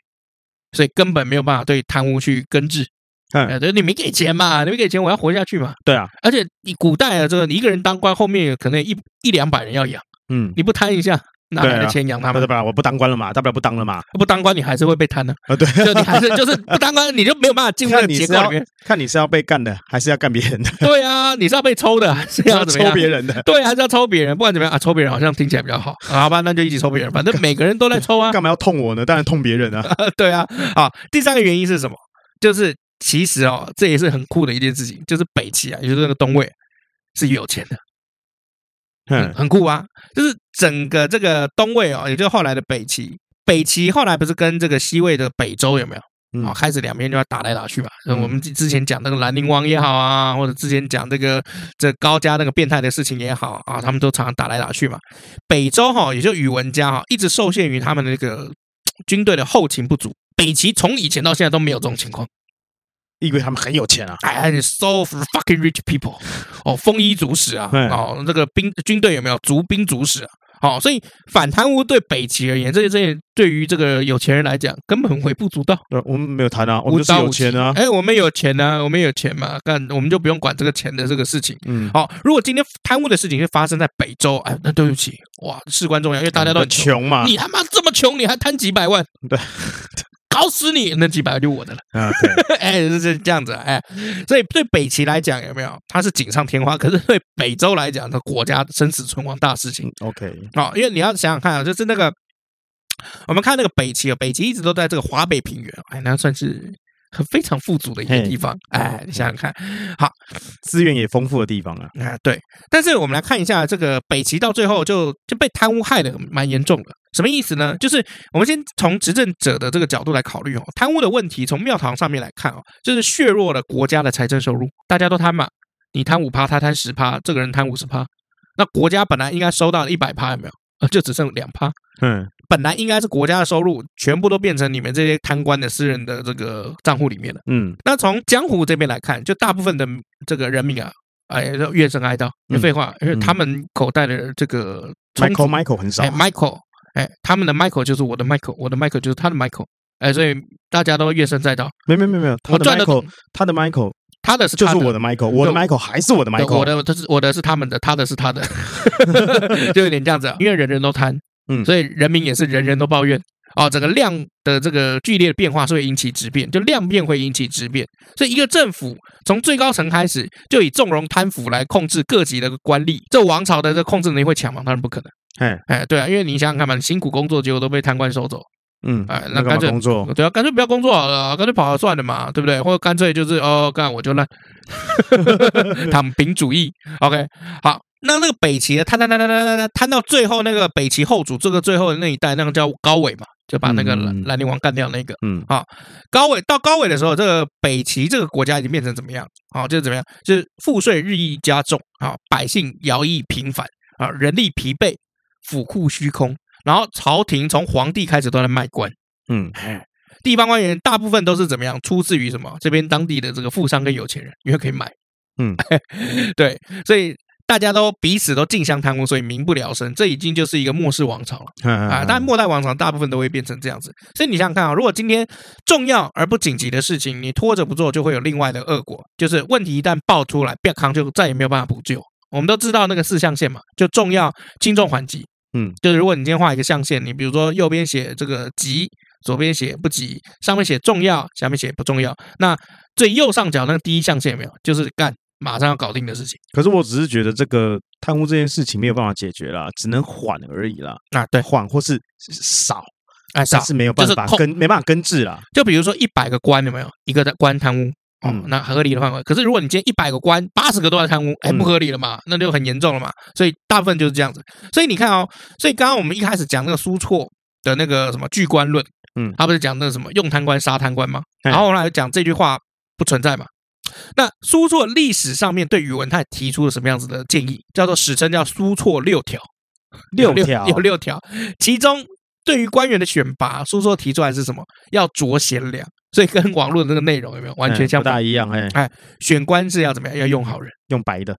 所以根本没有办法对贪污去根治。嗯哎，对，你没给钱嘛，你没给钱，我要活下去嘛。对啊，而且你古代啊，这个你一个人当官，后面可能有一一两百人要养，嗯，你不贪一下，哪来对的啊钱养他那们大？不然我不当官了嘛，大不了不当了嘛，不当官，你还是会被贪的。啊对，就你还是就是不当官，你就没有办法进入那看个 你结是构要里面。看你是要被干的， 还是要干别人的，对啊，你是要被抽的，还是啊 要怎么抽样？别人的，对，还是要抽别人，不管怎么样啊，抽别人好像听起来比较好。啊好吧，那就一起抽别人，反正每个人都在抽啊。干嘛要痛我呢？当然痛别人啊， 对啊，啊，第三个原因是什么？就是其实哦，这也是很酷的一件事情，就是北齐啊，也就是那个东魏是有钱的，嗯很酷啊。就是整个这个东魏哦，也就是后来的北齐，北齐后来不是跟这个西魏的北周有没有嗯啊，开始两边就要打来打去嘛。呃我们之之前讲那个兰陵王也好啊，或者之前讲这个这高家那个变态的事情也好啊，他们都常常打来打去嘛。北周哈，也就宇文家哈，一直受限于他们的那个嘖军队的后勤不足。北齐从以前到现在都没有这种情况，因为他们很有钱啊，哎，so fucking rich people，哦，丰衣足食啊，对哦，这个兵军队有没有足兵足食啊？好、所以反贪污对北齐而言，这这对于这个有钱人来讲，根本微不足道。对，我们没有谈啊，我们就是刀有无钱情啊，哎，我们有钱呢、我们有钱嘛，干我们就不用管这个钱的这个事情。嗯，好、如果今天贪污的事情是发生在北周，哎，那对不起，哇，事关重要，因为大家都很穷，穷嘛，你他妈这么穷，你还贪几百万，对，搞死你！那几百万就我的了，啊，对，哎，是是这样子，哎，所以对北齐来讲有没有，它是锦上添花，可是对北周来讲，它国家生死存亡大事情。嗯 OK，好、因为你要想想看啊，就是那个我们看那个北齐啊，北齐一直都在这个华北平原，哎，那算是很非常富足的一个嘿地方。哎，你想想看，资源也丰富的地方啊，啊，对。但是我们来看一下这个北齐到最后就就被贪污害的蛮严重的。什么意思呢？就是我们先从执政者的这个角度来考虑哦，贪污的问题从庙堂上面来看哦，就是削弱了国家的财政收入，大家都贪嘛，你贪五趴，他贪十趴，这个人贪五十趴，那国家本来应该收到一百趴有没有？呃，就只剩两趴，嗯，本来应该是国家的收入，全部都变成你们这些贪官的私人的这个账户里面了。嗯，那从江湖这边来看，就大部分的这个人民啊，哎，都怨声哀悼。嗯没废话，因为他们口袋的这个充足 Michael Michael 很少哎，Michael，哎，他们的 Michael 就是我的 Michael，我的 Michael 就是他的 Michael，哎，所以大家都怨声载道。没没没没有，他我的赚的 Michael，他的 Michael 他的是就是他我的 Michael，我的 Michael 还是我的对 Michael，我的他是我的是他们的，他的是 他的，就有点这样子啊。因为人人都贪，嗯所以人民也是人人都抱怨。哦，整个量的这个剧烈的变化是会引起质变，就量变会引起质变，所以一个政府从最高层开始就以纵容贪腐来控制各级的官吏，这王朝的这控制能力会强吗？当然不可能。哎哎，对啊，因为你想想看嘛，你辛苦工作结果都被贪官收走，嗯，哎那那干干脆嘛工作？对啊，干脆不要工作好了，干脆跑了算了嘛，对不对？或者干脆就是哦，干我就烂， 躺平主义。OK，好，那那个北齐的贪贪贪贪贪贪贪贪到最后，那个北齐后主这个最后的那一代，那个叫高纬嘛，就把那个嗯兰兰陵王干掉那个。嗯，高纬到高纬的时候，这个北齐这个国家已经变成怎么样？好、就是怎么样？就是赋税日益加重啊、百姓徭役频繁啊、人力疲惫，府库虚空，然后朝廷从皇帝开始都在卖官。嗯，啊地方官员大部分都是怎么样？出自于什么？这边当地的这个富商跟有钱人，因为可以买。嗯， 对，所以大家都彼此都竞相贪污，所以民不聊生。这已经就是一个末世王朝了啊！啊但末代王朝大部分都会变成这样子。所以你想想看啊，如果今天重要而不紧急的事情你拖着不做，就会有另外的恶果，就是问题一旦爆出来，变康就再也没有办法补救。我们都知道那个四象限嘛，就重要、轻重缓急。嗯，就是如果你今天画一个象限，你比如说右边写这个急，左边写不急，上面写重要，下面写不重要。那最右上角那个第一象限有没有？就是干马上要搞定的事情可是我只是觉得这个贪污这件事情没有办法解决啦，只能缓而已啦，啊。对，缓或是少，哎，但少是没有办法就是控根，没办法根治啦。就比如说一百个官有没有一个在官贪污？哦嗯，那合理的范围。可是如果你今天一百个官，八十个都在贪污，哎，嗯不合理了嘛，那就很严重了嘛。所以大部分就是这样子。所以你看哦，所以刚刚我们一开始讲那个苏绰的那个什么巨官论，嗯他不是讲那个什么用贪官杀贪官吗？哎然后后来讲这句话不存在嘛。那苏绰历史上面对宇文泰提出了什么样子的建议？叫做史称叫苏绰六条，六条有六条，其中对于官员的选拔，苏绰提出来是什么？要酌贤良，所以跟网络的那个内容有没有完全嗯相不大反？啊一样，哎，选官是要怎么样？要用好人。用白的，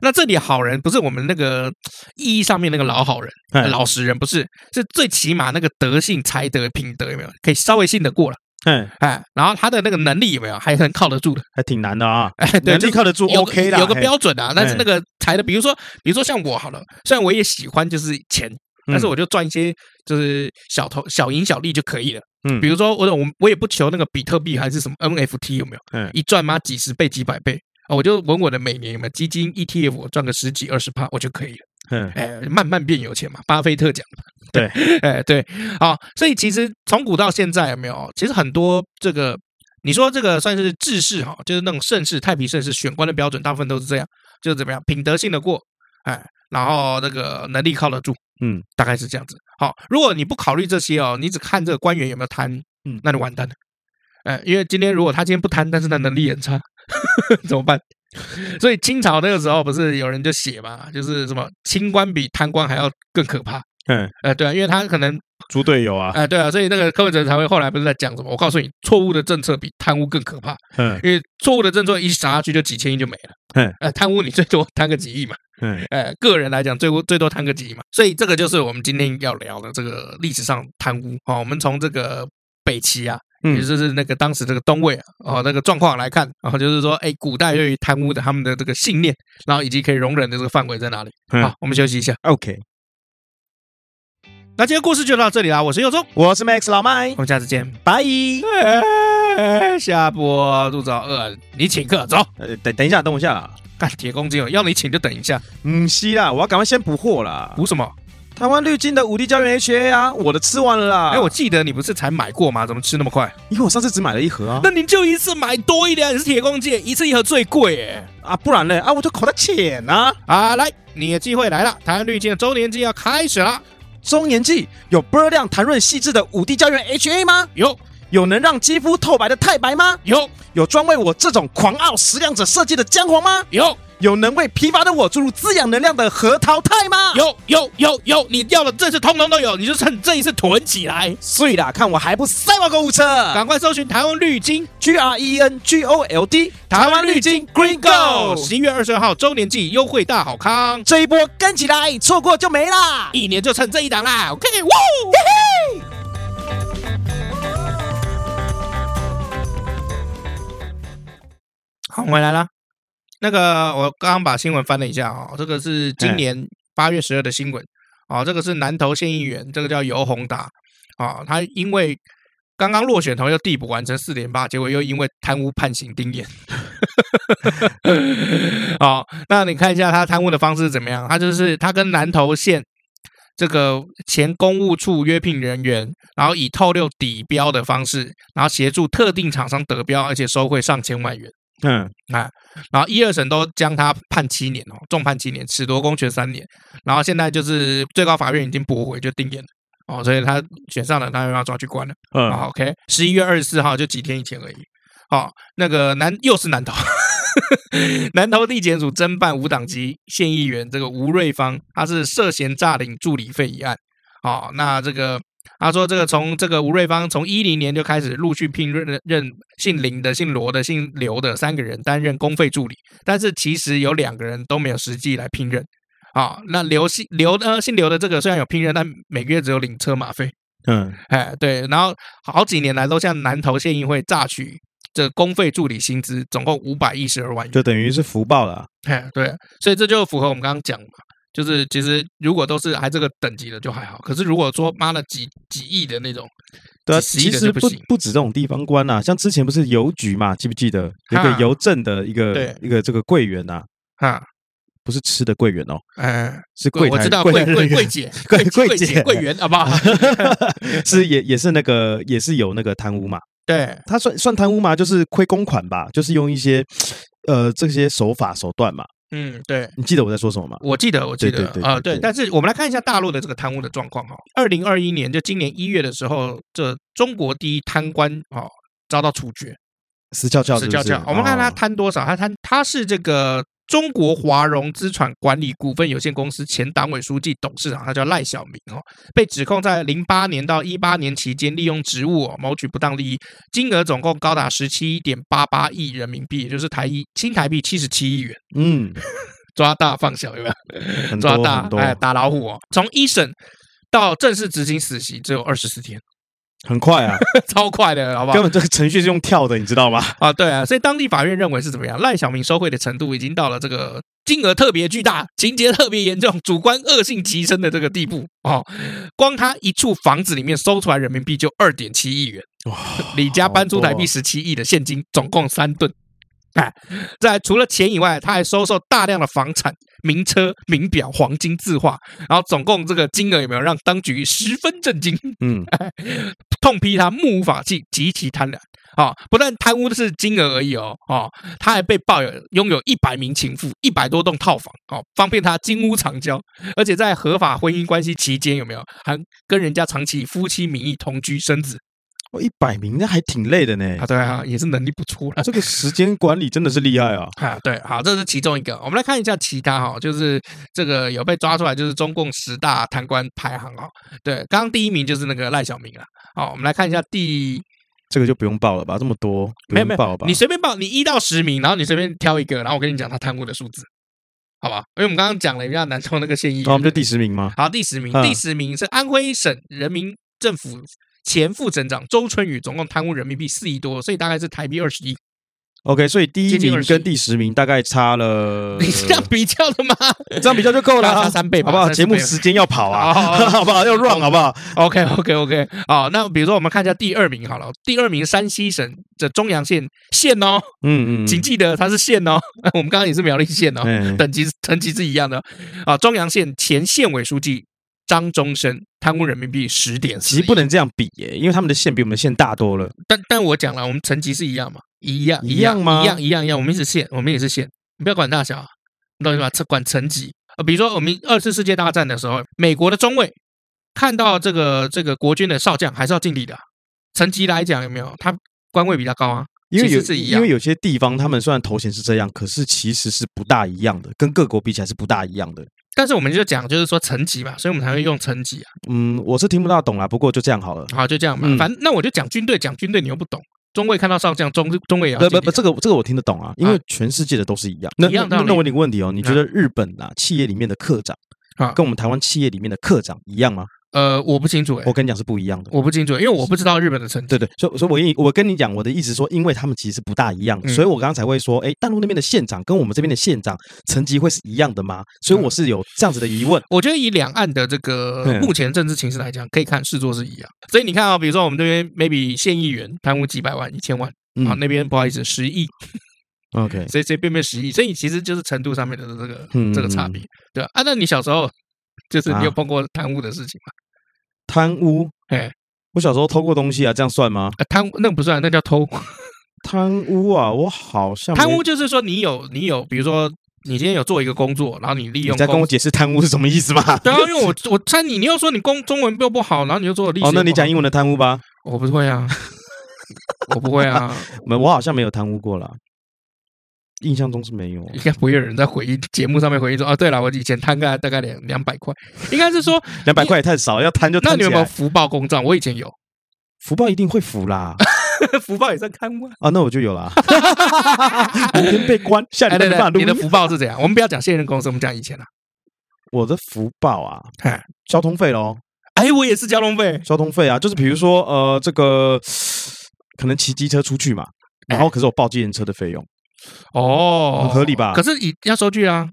那这里好人不是我们那个意义上面那个老好人、哎老实人，不是，是最起码那个德性、才德、品德有没有可以稍微信得过了？哎，哎，然后他的那个能力有没有还很靠得住的？还挺难的啊，哎，对，能就力是靠得住有个，OK 啦，有个嘿，标准啊。但是哎那个才的，比如说，比如说像我好了，虽然我也喜欢就是钱，但是嗯我就赚一些就是小投小赢小利就可以了。嗯比如说我我我也不求那个比特币还是什么 NFT 有没有嗯，一赚嘛几十倍几百倍。啊，我就稳稳的每年有没有基金 ETF，我赚个十几二十趴我就可以了。嗯哎，慢慢变有钱嘛，巴菲特讲嘛。对， 哎对，好，所以其实从古到现在有没有？其实很多这个，你说这个算是治世哈，就是那种盛世、太平盛世选官的标准，大部分都是这样，就是怎么样，品德信得过，哎，然后那个能力靠得住，嗯，大概是这样子。好，如果你不考虑这些哦，你只看这个官员有没有贪，嗯那就完蛋了。哎，因为今天如果他今天不贪，但是他能力很差， 怎么办？所以清朝那个时候不是有人就写嘛，就是什么清官比贪官还要更可怕。嗯，呃，对啊，因为他可能，猪队友啊，呃，对啊，所以那个柯文哲才会后来不是在讲什么？我告诉你，错误的政策比贪污更可怕，嗯因为错误的政策一撒下去就几千亿就没了。嗯，呃，贪污你最多贪个几亿嘛，嗯呃，个人来讲最多最多贪个几亿嘛，所以这个就是我们今天要聊的这个历史上贪污啊、哦。我们从这个北齐啊，也嗯就是那个当时这个东魏啊，哦那个状况来看，然、后就是说，哎，古代对于贪污的他们的这个信念，然后以及可以容忍的这个范围在哪里？嗯好，我们休息一下。 ，OK，那今天故事就到这里啦，我是佑宗，我是 Max 老麦我，们下次见。拜。哎下播肚子好饿，你请客走。呃，等等一下，等我一下啦。干铁公鸡哦，要你请就等一下，嗯，是啦，我要赶快先补货啦。补什么？台湾绿金的五 D 胶原 HA 啊，我的吃完了啦。哎，我记得你不是才买过吗？怎么吃那么快？因为我上次只买了一盒啊，那您就一次买多一点，你是铁公鸡，一次一盒最贵哎。啊，不然嘞啊，我就口袋浅啊。啊，来，你的机会来了，台湾绿金的周年庆要开始了，中年季有波量弹润细致的五 D 胶原 HA 吗？有有能让肌肤透白的太白吗？有有专为我这种狂傲食量者设计的姜黄吗？有有能为疲乏的我注入滋养能量的核桃肽吗？ 有有有有，你要的这次通通都有，你就趁这一次囤起来，碎啦，看我还不塞爆购物车赶快搜寻台湾绿金。 ！G R E N G O L D，台湾绿金 Green Go！ Go，十一月二十二号周年季优惠大好康，这一波跟起来，错过就没啦！一年就趁这一档啦！OK，哇！好，我们回来啦。那个，我刚刚把新闻翻了一下哦，这个是今年八月十二的新闻哦，这个是南投县议员，这个叫尤宏达啊、哦，他因为刚刚落选投又递补完成四点八，结果又因为贪污判刑定谳。 哦，那你看一下他贪污的方式是怎么样？他就是他跟南投县这个前公务处约聘人员，然后以透露底标的方式，然后协助特定厂商得标，而且收贿上千万元。嗯然后一二审都将他判七年哦，重判七年，褫夺公权三年。然后现在就是最高法院已经驳回，就定谳了。哦，所以他选上了，他又要抓去关了。嗯，啊、OK，十一月二十四号就几天以前而已。好、那个南又是南投， 南投地检署侦办无党籍县议员这个吴瑞芳，他是涉嫌诈领助理费一案。哦，那这个他说这个从这个吴瑞芳从一零年就开始陆续聘任任姓林的、姓罗的、姓刘的三个人担任公费助理，但是其实有两个人都没有实际来聘任。啊、那刘姓刘呢？姓刘的这个虽然有聘任，但每个月只有领车马费。嗯，哎，对，然后好几年来都向南投县议会榨取这公费助理薪资，总共五百一十二万元。就等于是福报了。哎，对，所以这就符合我们刚刚讲嘛，就是其实如果都是还这个等级的就还好，可是如果说妈的几几亿的那种，对啊，几十亿其的实就不不行不止这种地方官啊，像之前不是邮局嘛，记不记得有一个哈邮政的一个对一个这个柜员呐，哈，不是吃的柜员哦，哎，是贵柜我台知道贵台贵人员贵姐柜柜贵姐姐贵员好不好？ 是也也是那个也是有那个贪污嘛，对，他算算贪污嘛，就是亏公款吧，就是用一些呃这些手法手段嘛。嗯，对。你记得我在说什么吗？我记得，我记对得对对啊、对对对。但是我们来看一下大陆的这个贪污的状况哈。二零二一年，就今年一月的时候，这中国第一贪官哦遭到处决，死翘翘是不叫叫。我们看他哦贪多少，他贪他是这个中国华融资产管理股份有限公司前党委书记、董事长，他叫赖小民哦，被指控在零八年到一八年期间利用职务哦谋取不当利益，金额总共高达十七点八八亿人民币，也就是台一新台币七十七亿元，嗯，抓大放小有没有？很抓多大很多，哎打老虎哦，从一审。到正式执行死刑只有二十四天， 很快啊，超快的，好不好根？本这个程序是用跳的，你知 道吗？啊，对啊，所以当地法院认为是怎么样？赖小明收贿的程度已经到了这个金额特别巨大、情节特别严重、主观恶性极深的这个地步哦。光他一处房子里面搜出来人民币就二点七亿元，哇，李家搬出台币好十七亿的现金，总共三吨。哎，在除了钱以外，他还收受大量的房产、名车、名表、黄金字画，然后总共这个金额有没有让当局十分震惊？多哦，嗯， 痛批他目无法纪，极其贪婪。啊、不但贪污的是金额而已哦，哦，他还被曝有拥有一百名情妇、一百多栋套房，哦，方便他金屋藏娇，而且在合法婚姻关系期间有没有还跟人家长期以夫妻名义同居生子？哦，一百名那还挺累的呢啊，。对啊，也是能力不出 了。这个时间管理真的是厉害啊！啊，对，好，这是其中一个。我们来看一下其他哈、就是这个有被抓出来，就是中共十大贪官排行哦。对，刚刚第一名就是那个赖小民了。好，我们来看一下第这个就不用报了吧，这么多不没有用没报有了，吧你？随便报，你一到十名，然后你随便挑一个，然后我跟你讲他贪污的数字，好吧？因为我们刚刚讲了一下南充那个 县议员，那我们就第十名吗？好，第十名，嗯第十名是安徽省人民政府前副省长周春雨，总共贪污人民币四亿多，所以大概是台币二十亿。 OK，所以第一接近名20，跟第十名大概差了 你是这样比较的 吗这样比较就够了、差啊，差三倍吧好不好？三四节目倍哦吧时间要跑啊，好好 好不好？要 run 好不好？ ？OK OK OK，好，那比如说我们看一下第二名好了，第二名山西省的中阳县县哦，嗯嗯，请记得它是县哦， 我们刚刚也是苗栗县哦，嗯，等级层级是一样的啊。中阳县前县委书记张忠生贪污人民币十点四其实亿不，能这样比耶、因为他们的线比我们的线大多了。但但我讲了，我们层级是一样嘛，一样一样吗一样一样一样，我们也是县，我们也是县，你不要管大小、啊，你懂意思吧？层管层级啊，比如说我们二次世界大战的时候，美国的中尉看到这个这个国军的少将，还是要敬礼的啊、层级来讲有没有？他官位比较高啊，因为其有实是一样因为有些地方他们虽然头衔是这样，可是其实是不大一样的，跟各国比起来是不大一样的。但是我们就讲就是说层级嘛，所以我们才会用层级啊。嗯，我是听不大懂啦，不过就这样好了。好，就这样吧。嗯反正那我就讲军队，讲军队你又不懂。中尉看到上将，中中尉也要不敬礼不不，这个这个我听得懂啊，因啊为全世界的都是一样。那一样那道理嗯那我问你个问题哦，你觉得日本啊企业里面的课长啊跟我们台湾企业里面的课长一样吗？呃，我不清楚哎、我跟你讲是不一样的。我不清楚，因为我不知道日本的成绩。对对，所以所以我意我跟你讲，我的意思说，因为他们其实不大一样，嗯所以我刚才会说，哎，大陆那边的县长跟我们这边的县长层级会是一样的吗？嗯所以我是有这样子的疑问。我觉得以两岸的这个嗯目前政治情势来讲，可以看视作是一样。所以你看啊、比如说我们这边 maybe 县议员贪污几百万、一千万，嗯啊，那边不好意思十亿， OK，随随便便十亿，所以其实就是程度上面的这个嗯这个差别，对吧？啊，那你小时候就是你有啊碰过贪污的事情吗？贪污，哎，我小时候偷过东西啊，这样算吗？啊贪污那个不算，那叫偷。贪污啊，我好像没贪污。就是说你有你有，比如说你今天有做一个工作，然后你利你用在跟工我解释贪污是什么意思吗？对啊，因为我我猜你，你又说你公中文又不好，然后你又说我 历史。哦，那你讲，英文的贪污吧。我不会啊，我不会啊，没，我好像没有贪污过啦，印象中是没 有。应该不会有人在回忆节目上面回忆说啊，对了，我以前贪个大概两两百块，应该是 说，两百块也太少，要贪就那贪你起有没有来。福报公账？我以前有，福报一定会福啦。 福报也算贪污啊。啊，那我就有 啦。明天被关，下哎，对礼拜没办法对，录你的音。福报是怎样？我们不要讲现任公司，我们讲以前啦。我的福报啊哎，交通费咯，哎，我也是交通费，交通费啊，就是比如说呃，这个可能骑机车出去嘛，然哎后可是我报计程车的费用哦，很合理吧可是以要收据啊，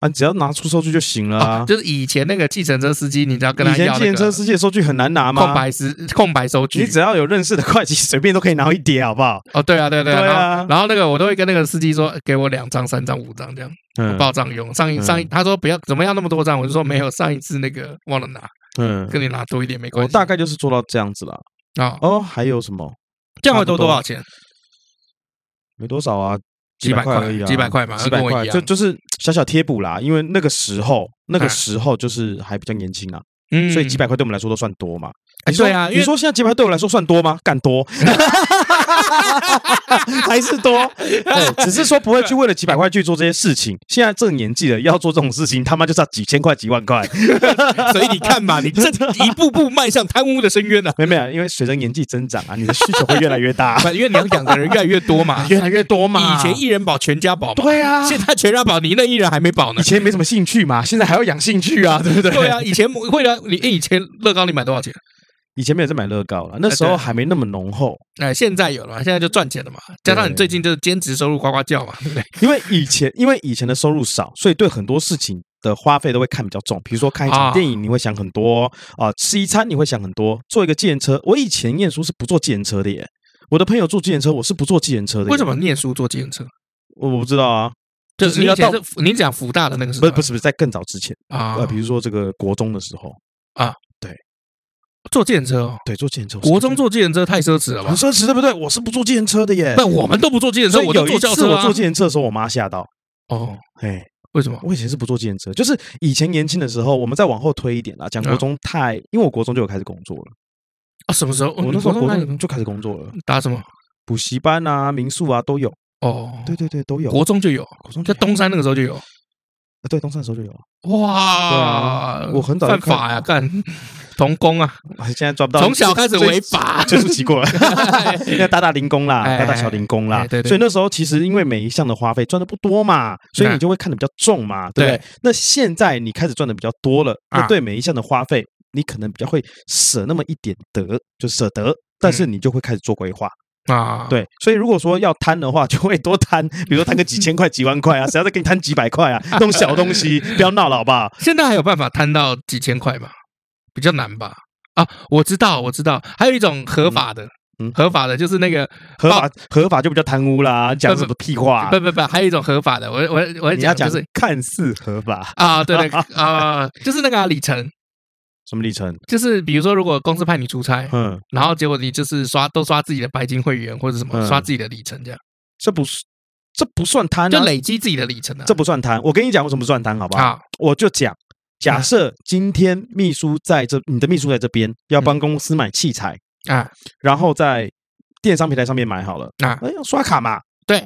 啊，你只要拿出收据就行了啊，啊。就是以前那个计程车司机，你只要跟他以前要计那程车个司机的收据很难拿空吗？白时空白收据你，只要有认识的会计，随便都可以拿一叠，好不 好？哦，对啊，对啊对啊，对啊然后然后那个我都会跟那个司机说，给我两张、三张、五张这样嗯报账用。上一上一他说不要怎么样那么多张，我就说没有，上一次那个忘了拿，嗯，跟你拿多一点没关我系。大概就是做到这样子啦。啊，哦，还有什么？这样会多差不多多少钱？没多少啊，几百块块而已啊，几百块嘛几百跟我块，一样就就是小小贴补啦。因为那个时候，那哎个时候就是还比较年轻啊，嗯，所以几百块对我们来说都算多嘛。哎你说对啊因为你说现在几百块对我来说算多吗？干多， 还是多？对，只是说不会去为了几百块去做这些事情。现在这个年纪了，要做这种事情，他妈就是要几千块、几万块。 所以你看嘛，你这一步步迈向贪污的深渊呢。，没有没有，因为随着年纪增长啊，你的需求会越来越大，不因为你要养的人越来 越多嘛越来越多以嘛。前一人保全家保嘛，对啊，现在全家保你那一人还没保呢以。前没什么兴趣 嘛，现在还要养兴趣 啊，对不对？对啊，以前会啊，你哎以前乐高你买多少钱？以前没有在买乐高了，那时哎对候啊还没那么浓厚，哎，现在有了嘛，现在就赚钱了嘛，加上你对最近就是兼职收入呱呱叫嘛，对不对？因为以 前因为以前的收入少，所以对很多事情的花费都会看比较重。比如说看一啊场电影，你会想很多啊、吃一餐你会想很多，坐一个计程车。我以前念书是不坐计程车的耶，我的朋友坐计程车，我是不坐计程车的耶。为什么念书坐计程车？我？我不知道啊，就就是是你要以前到是你讲福大的那个是不是不是是不是，在更早之前啊呃，？比如说这个国中的时候，坐电车哦，对，坐计程车，我是国不中坐电车太奢侈了吧很？奢侈，对不对？我啊是不坐计程车的耶。但我们都不坐电车，所以我有都一坐轿次车我啊坐计程车的时候，我妈吓到，哦，哎。为什么？我以前是不坐计程车，就是以前年轻的时候，我们再往后推一点啦，讲国中太，因为我国中就有开始工作了，啊，什么时候？我那时候你国国中哪中里就开始工作了，打什么？补习班啊、民宿啊都有。哦，对对对，都有。国中就有，国中在东山那个时候就有。啊对东山的时候就有啊，哇，我很早就犯看法呀，干童工啊， 哦现在抓不到。从小开始最违法。就是奇 怪，要打打零工啦，哎打打小零工啦哎对。对所以那时候其实因为每一项的花费赚的不多嘛，所以你就会看的比较重嘛，对不对对？那现在你开始赚的比较多了，啊那对每一项的花费，你可能比较会舍那么一点得，就舍得。嗯但是你就会开始做规划，啊，，对，所以如果说要贪的话，就会多贪，比如说贪个几千块、几万块啊，谁要再给你贪几百块啊？那种小东西，不要闹了，好不好？现在还有办法摊到几千块吗？比较难吧？啊，我知道，我知道，还有一种合法的，嗯嗯合法的就是那个合法合法就比较贪污啦，讲什么屁话？啊不不不，还有一种合法的，我我我你要哎就讲是看似合法，啊，对 对啊，就是那个啊里程，什么里程？就是比如说，如果公司派你出差，嗯，然后结果你就是刷都刷自己的白金会员或者什么，嗯刷自己的里程这样，这不是这不算贪、啊，就累积自己的里程啊。这不算贪。我跟你讲为什么不算贪，好不好？啊，我就讲，嗯假设今天秘书在这，你的秘书在这边要帮公司买器材，嗯啊然后在电商平台上面买好了，啊，哎，要刷卡嘛？对，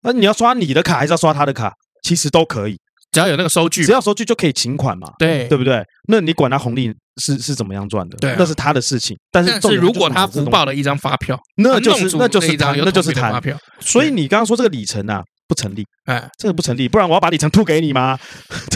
那你要刷你的卡还是要刷他的卡？其实都可以，只要有那个收据只，要收据就可以请款嘛，嗯对对。不对？那你管他红利是是怎么样赚的，对啊那是他的事情。但是但重是点如就果买他这东福西报了一张发票，那就弄是出那就是一张贪，有那就统是一的发贪。票，所以你刚刚说这个里程啊不成立，哎，这个不成立，不然我要把里程吐给你吗？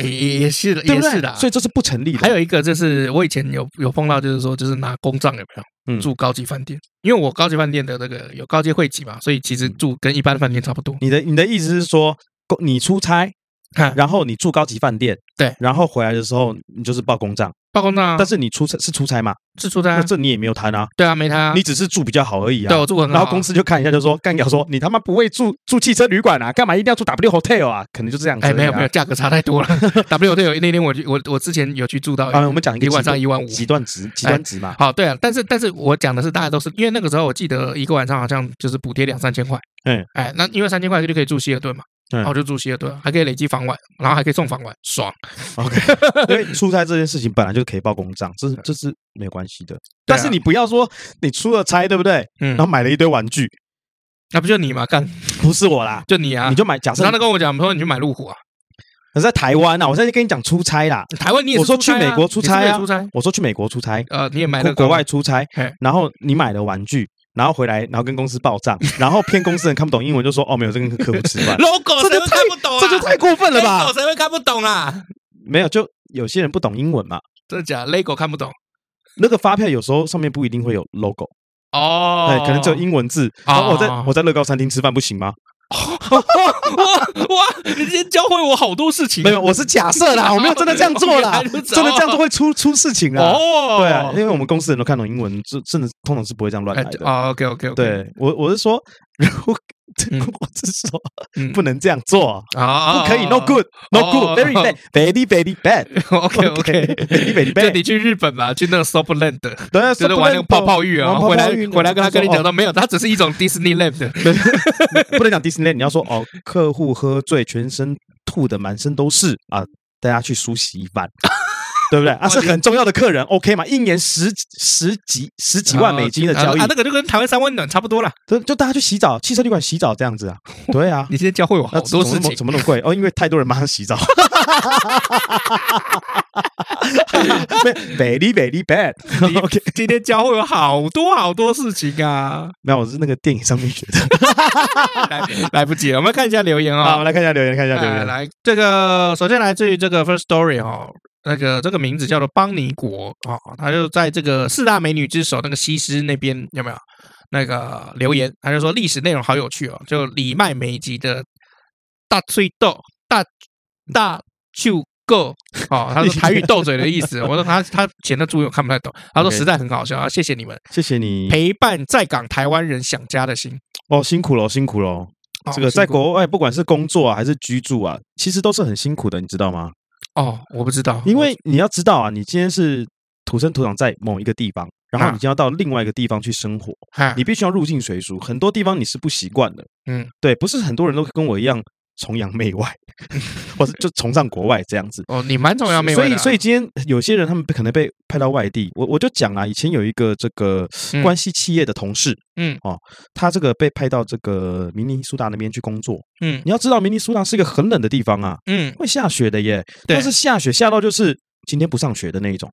也也是的，对也不对？是的啊。所以这是不成立的。还有一个就是我以前有有碰到，就是说就是拿公账有没有嗯住高级饭店？因为我高级饭店的那个有高阶会籍嘛，所以其嗯实住跟一般的饭店差不多。啊你的你的意思是说，公你出差，哈，然后你住高级饭店，对然后回来的时候你就是报公账，报公账啊但是你出差是出差嘛，是住的那啊，这你也没有贪啊，对啊，没他啊，你只是住比较好而已对啊我。住很好啊。然后公司就看一下，就说干掉说你他妈不会住住汽车旅馆啊，干嘛一定要住 W hotel 啊？可能就这样子而已哎，啊。没有没有，价格差太多了。W 队友那天我去我我之前有去住到啊，我们讲一个一晚上极一万五。极端值极端值嘛，好，对啊，但是但是我讲的是大家都是因为那个时候我记得一个晚上好像就是补贴两三千块，嗯，哎，那因为三千块就可以住希尔顿嘛，嗯然后就住希尔顿，还可以累积房晚，然后还可以送房晚，爽。 因为出差这件事情本来就可以报公账，这是这是没有关系的。但是你不要说你出了差，对不对？啊嗯然后，买了一堆玩具，那不就你嘛，干不是我啦，就你啊，你就买。假设然后他跟我讲说你去买路虎啊，可是在台湾啊，我现在跟你讲出差啦，台湾你也是我说出差啊去美国出差啊你是不是也出差，我说去美国出差，呃，你也买国了国外出差嘿，然后你买了玩具，然后回来，然后跟公司报账，然后骗公司人看不懂英文，就说哦没有，这跟客户 吃饭， logo，这谁就会太看不懂啊？这就太过分了吧 logo？谁会看不懂啊？没有，就有些人不懂英文嘛。真的假的？logo 看不懂那个发票有时候上面不一定会有 logo，哦哎，，可能只有英文字。哦然后我在我在乐高餐厅吃饭不行吗？哇哇！你今天教会我好多事情，啊没有，我是假设 啦，我没有真的这样做啦，原来如此真的这样做会出出事情啦。哦，对啊，因为我们公司人都看懂英文，这真的通常是不会这样乱来的。哦，OK OK OK，对我，我是说， 如果嗯我是说嗯不能这样做，啊，不可以，no good，no 哦 good，very 哦 bad，very very bad。 OK OK。 very very 就 bad，你去日本嘛，去那个 Softland，对，就是玩那个泡泡浴啊，玩回来泡泡浴回来跟他跟你讲说到没有，它只是一种 Disneyland，哦不能讲 Disneyland，你要说哦，客户喝醉，全身吐的满身都是啊，带他去梳洗一番。对不对？啊，是很重要的客人，OK 嘛？一年十十几十几万美金的交易啊，，那个就跟台湾三温暖差不多啦。就就大家去洗澡，汽车旅馆洗澡这样子啊？对啊，你今天教会我好那多事怎情么，怎么那么贵？哦，因为太多人帮他洗澡。very very bad 你 OK，今天教会我好多好多事情啊，没有，我是那个电影上面学的。来来不及了，我们看一下留言好，我啊、们来看一下留言，看一下留哎言。来，这个首先来自于这个 First Story 哦，那个这个名字叫做邦尼国哦，他就在这个四大美女之首那个西施那边有没有那个留言？他就说历史内容好有趣哦，就李麦美集的大翠豆大大就够哦， 他说台语斗嘴的意思。我说他他前的注意我看不太懂，他说 OK 实在很好笑啊，谢谢你们谢谢你陪伴在港台湾人想家的心。哦，辛苦喽，辛苦喽。哦这个辛在苦国外，不管是工作啊还是居住啊，其实都是很辛苦的，你知道吗？哦，我不知道，因为你要知道啊，你今天是土生土长在某一个地方，然啊后你今天要到另外一个地方去生活，哈你必须要入境随俗，很多地方你是不习惯的。啊嗯，对，不是很多人都跟我一样崇洋 媚外，或者就崇尚国外这样子。哦，你蛮 崇洋媚所外的以，啊，所以今天有些人他们可能被派到外地，我我就讲啦，啊以前有一个这个嗯关系企业的同事，嗯哦，他这个被派到这个明尼苏达那边去工作。嗯你要知道，明尼苏达是一个很冷的地方啊，嗯，会下雪的耶。对但是下雪下到就是今天不上学的那一种。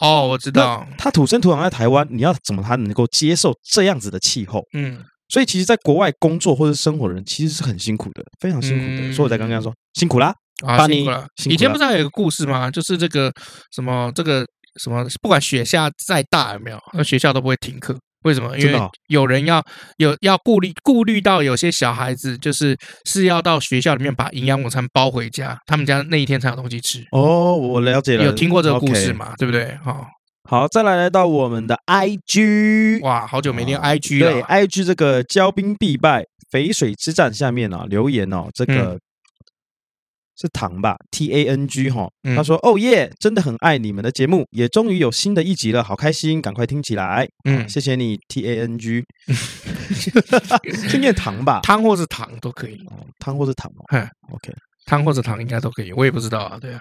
哦，我知道，他土生土长在台湾，你要怎么他能够接受这样子的气候？嗯，所以其实，在国外工作或者生活的人其实是很辛苦的，非常辛苦的。嗯所以我才刚刚说辛苦啦，啊，巴辛尼苦了。辛苦以前了不是还有一个故事吗？就是这个什么这个什么，不管雪下再大有没有，那学校都不会停课。为什么？因嗯真的为哦有人要有要顾虑顾虑到有些小孩子就是是要到学校里面把营养午餐包回家，他们家那一天才有东西吃。哦，我了解了，有听过这个故事 OK？嘛？对不对？哦，好，再来来到我们的 IG，哇，好久没念哦 IG 对了。 IG 这个骄兵必败淝水之战下面啊留言哦，这嗯个、是唐吧 T A N G 哈、嗯他说哦耶，真的很爱你们的节目，也终于有新的一集了，好开心，赶快听起来，嗯，谢谢你 T A N G，是念唐吧？汤或是糖都可以，哦汤或是糖哦嘿，OK，汤或者糖应该都可以，我也不知道啊。对啊，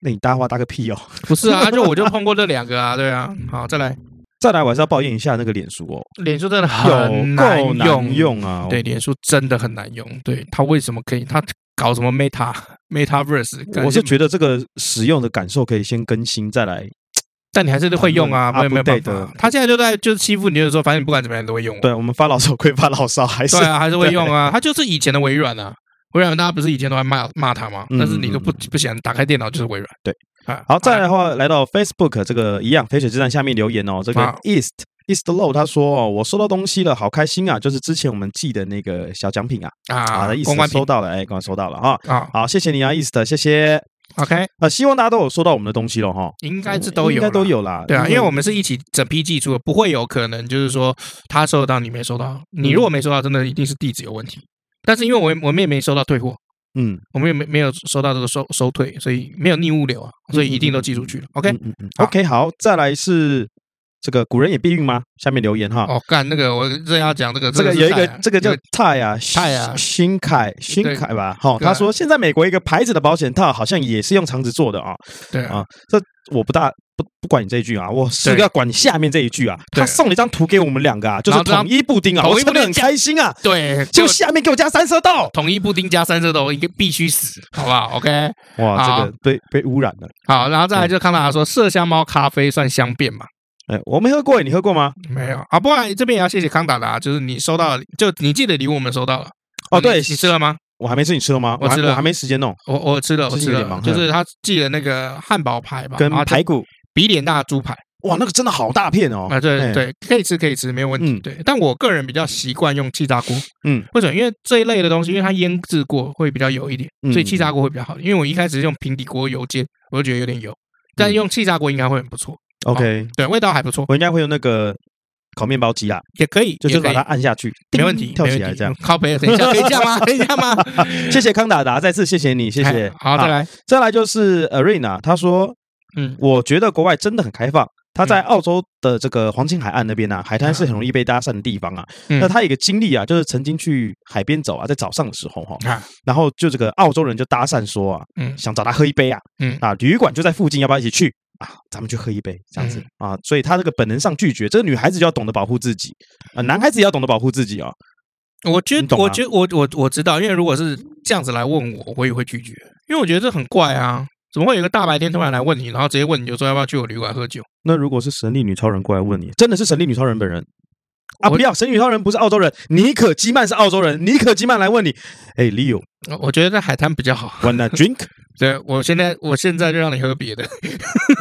那你搭话搭个屁哦！ 不是啊，就我就碰过这两个啊， 对啊。好，再来，再来，我还是要抱怨一下那个脸书哦，脸书真的有很够难难用啊！对，脸书真的很难用。对它为什么可以？它搞什么 Meta MetaVerse？感我觉是觉得这个使用的感受可以先更新，再来但你还是会用啊，他没有们没有办 update 的法。他现在就在就是欺负你，就是说反正你不管怎么样你都会用啊。对我们发牢骚归发牢骚，还是对啊，还是会用 啊。它就是以前的微软啊，微软大家不是以前都还骂骂它吗？嗯但是你都不不想打开电脑就是微软。对啊，好，再来的话，来到 Facebook 这个一样淝水之战下面留言哦，这个好 East East Low 他说哦，我收到东西了，好开心啊！就是之前我们寄的那个小奖品啊，啊啊，意思公关品收到了，哎，刚收到了哈。啊好，谢谢你啊，East，谢谢。 ，OK，啊，希望大家都有收到我们的东西了哈，应该是都有，嗯应该都。有啦。对啊，因为我们是一起整批寄出的，不会有可能就是说他收得到你没收到。你嗯如果没收到，真的一定是地址有问题。但是因为我也我们也没收到退货，嗯，我们也没没有收到这个收收退，所以没有逆物流啊，所以一定都寄出去了。OK，嗯嗯嗯好 OK，好，再来是这个古人也避孕吗？下面留言哈。哦，干那个我这要讲这个这个是有一个菜啊，这个叫泰啊，泰啊新凯，新凯吧，哈，对啊他说现在美国一个牌子的保险套好像也是用肠子做的啊，对啊啊，这我不大不不管你这一句啊，我是对要管你下面这一句啊，对他送了一张图给我们两个啊，就然是后这张统一布丁啊，统我一真布丁的很开心啊，对，就就下面给我加三色豆，统一布丁加三色豆应该必须死，好不好？OK，哇，好这个被被污染了，好，然后再来就看到他说麝香猫咖啡算香变嘛？哎，我没喝过，你喝过吗？没有啊，不然这边也要谢谢康达达，就是你收到了，就你寄的礼物我们收到了。哦，你对，你吃了吗？我还没吃，你吃了吗？我还吃了我还没时间弄，我我吃了，我最近吃有点了，忙就是他寄了那个汉堡排吧，跟然后就排骨，比脸大的猪排哇，那个真的好大片哦，啊，对哎，对，可以吃可以吃，没有问题嗯。对，但我个人比较习惯用气炸锅，嗯，为什么？因为这一类的东西，因为它腌制过会比较油一点，嗯所以气炸锅会比较好。因为我一开始用平底锅油煎，我就觉得有点嗯油，但用气炸锅应该会很不错， ，OK，对，味道还不错，我应该会用那个烤面包机啊啦，也可以，就就也可把以它按下去，叮没问题，跳没起问来题这样。靠北，等一 下，可以这样吗？可以这样吗？谢谢康达达，再次谢谢 你，谢谢啊哎。好，再来，再来就是 Arena，他说，嗯我觉得国外真的很开放。他在澳洲的这个黄金海岸那边啊，海滩是很容易被搭讪的地方啊。嗯那他有一个经历啊，就是曾经去海边走啊，在早上的时候哈、啊然后就这个澳洲人就搭讪说啊，嗯想找他喝一杯啊，嗯啊，旅馆就在附近，要不要一起去啊？咱们去喝一杯这样子、嗯啊。所以他这个本能上拒绝，这个女孩子就要懂得保护自己啊、嗯男孩子也要懂得保护自己啊。我觉你得，懂啊吗我觉得，我我我知道，因为如果是这样子来问我，我也会拒绝，因为我觉得这很怪啊，怎么会有一个大白天突然来问你，然后直接问你就说要不要去我旅馆喝酒？那如果是神力女超人过来问你，真的是神力女超人本人啊？我不要，神力女超人不是澳洲人，尼可基曼是澳洲人，尼可基曼来问你，哎，Leo，wanna 我我觉得在海滩比较好， drink？对我现在我现在就让你喝别的，？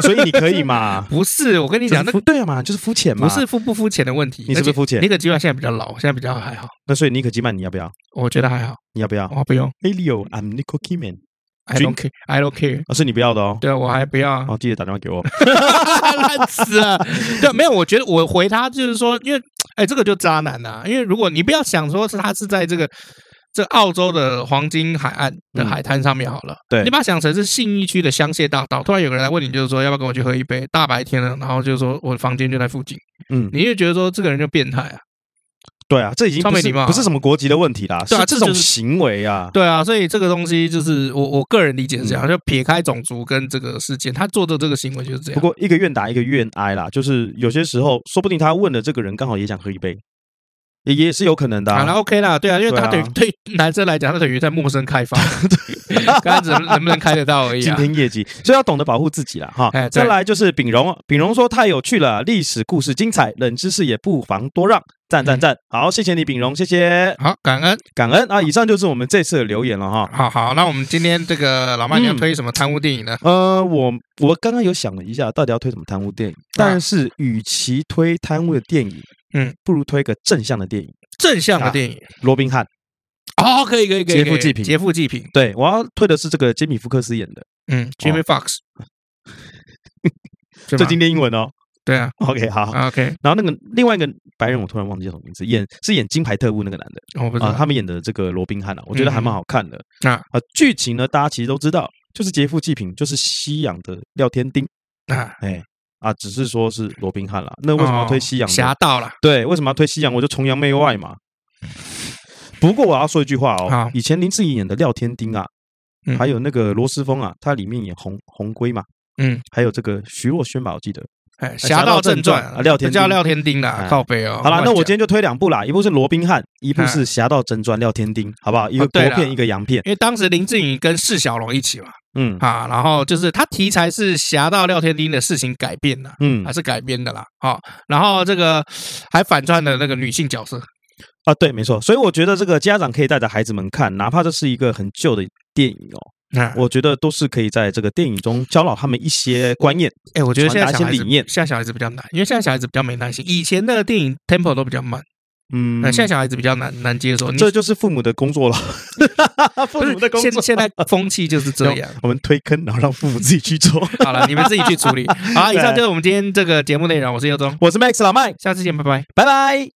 所以你可以嘛不是我跟你就是讲，那肤对啊嘛，就是肤浅嘛。不是肤不肤浅的问题，你是不是肤而浅且那个计划现在比较老，现在比较还好，那所以尼可基曼你要不要？我觉得还好，你要不要？我不用哎，Leo，I'm Nico Kiman， ，I don't Drink care，I don't care，啊，是你不要的哦。对啊，我还不要啊，哦，记得打电话给我。烂死了。 对，没有，我觉得我回他就是说，因为哎，这个就渣男呐、因为如果你不要想说是他是在这个这澳洲的黄金海岸的海滩上面好了，嗯对你把它想成是信义区的香榭大道，突然有个人来问你，就是说要不要跟我去喝一杯，大白天的，然后就说我的房间就在附近，嗯，你就觉得说这个人就变态啊。对啊，这已经超不没是礼貌啊不是什么国籍的问题啦，对啊这是这种就是行为啊，对啊，所以这个东西就是我我个人理解是嗯这样，就撇开种族跟这个事件，他做的这个行为就是这不样。过一个愿打一个愿挨啦，就是有些时候说不定他问的这个人刚好也想喝一杯，也也是有可能的、好了啊。 ，OK 啦，对啊，因为他等对啊于对男生来讲，他等于在陌生开 发，看怎么能不能开得到而已今啊。天业绩，所以要懂得保护自己啦，哈哎。对再来就是秉荣，秉荣说太有趣了，历史故事精彩，冷知识也不妨多让，赞赞赞！嗯好，谢谢你，秉荣，谢谢，好，感恩，感恩啊！以上就是我们这次的留言了哈。好好，那我们今天这个老麦你要嗯推什么贪污电影呢？呃，我我刚刚有想了一下，到底要推什么贪污电影，但是与其推贪污的电影，嗯，不如推个正向的电影，正向的电影。罗宾汉。哦，可以可以可以，啊劫富济贫可以劫富济贫。对，我要推的是这个杰米·福克斯演的。嗯，Jimmy Fox，对吧哦最经典英文哦。对啊 OK，好。啊，OK，然后那个另外一个白人，我突然忘记叫什么名字，演是演《金牌特务》那个男的我不知啊，道。他们演的这个罗宾汉啊，我觉得还蛮好看的。啊啊，剧情呢，大家其实都知道，就是劫富济贫，就是西洋的廖天丁，啊，哎啊，只是说是罗宾汉啦。那为什么要推西洋哦呢？侠盗啦？对，为什么要推西洋？我就崇洋媚外嘛。不过我要说一句话哦嗯好，以前林志颖演的廖天丁啊，嗯还有那个罗斯峰啊，他里面演红红龟嘛，嗯，还有这个徐若瑄吧，我记得。哎，《侠侠盗盗正正传传啊》廖不天叫丁廖天丁啦哎，靠背哦。好啦，乱那我讲今天就推两部啦，一部是罗宾汉，一部哎是《侠盗真传》廖天丁，好不好？一个哦国对啦片，一个洋片。因为当时林志颖跟释小龙一起嘛，嗯啊，然后就是他题材是侠盗廖天丁的事情改变了，嗯还是改编的啦，啊，然后这个还反串了那个女性角色，啊，对，没错。所以我觉得这个家长可以带着孩子们看，哪怕这是一个很旧的电影哦，啊，我觉得都是可以在这个电影中教导他们一些观念。哎，我觉得现在传达小一些孩子理念现在小孩子比较难，因为现在小孩子比较没耐心，以前那个电影 tempo 都比较慢，嗯那，现在小孩子比较难难接受，你这就是父母的工作了， 父不母的是工现作。现在风气就是这样。我们推坑，然后让父母自己去做。 好了，你们自己去处理。好，以上就是我们今天这个节目内容。我是尤忠，我是 Max 老麦，下次见，拜拜。拜拜。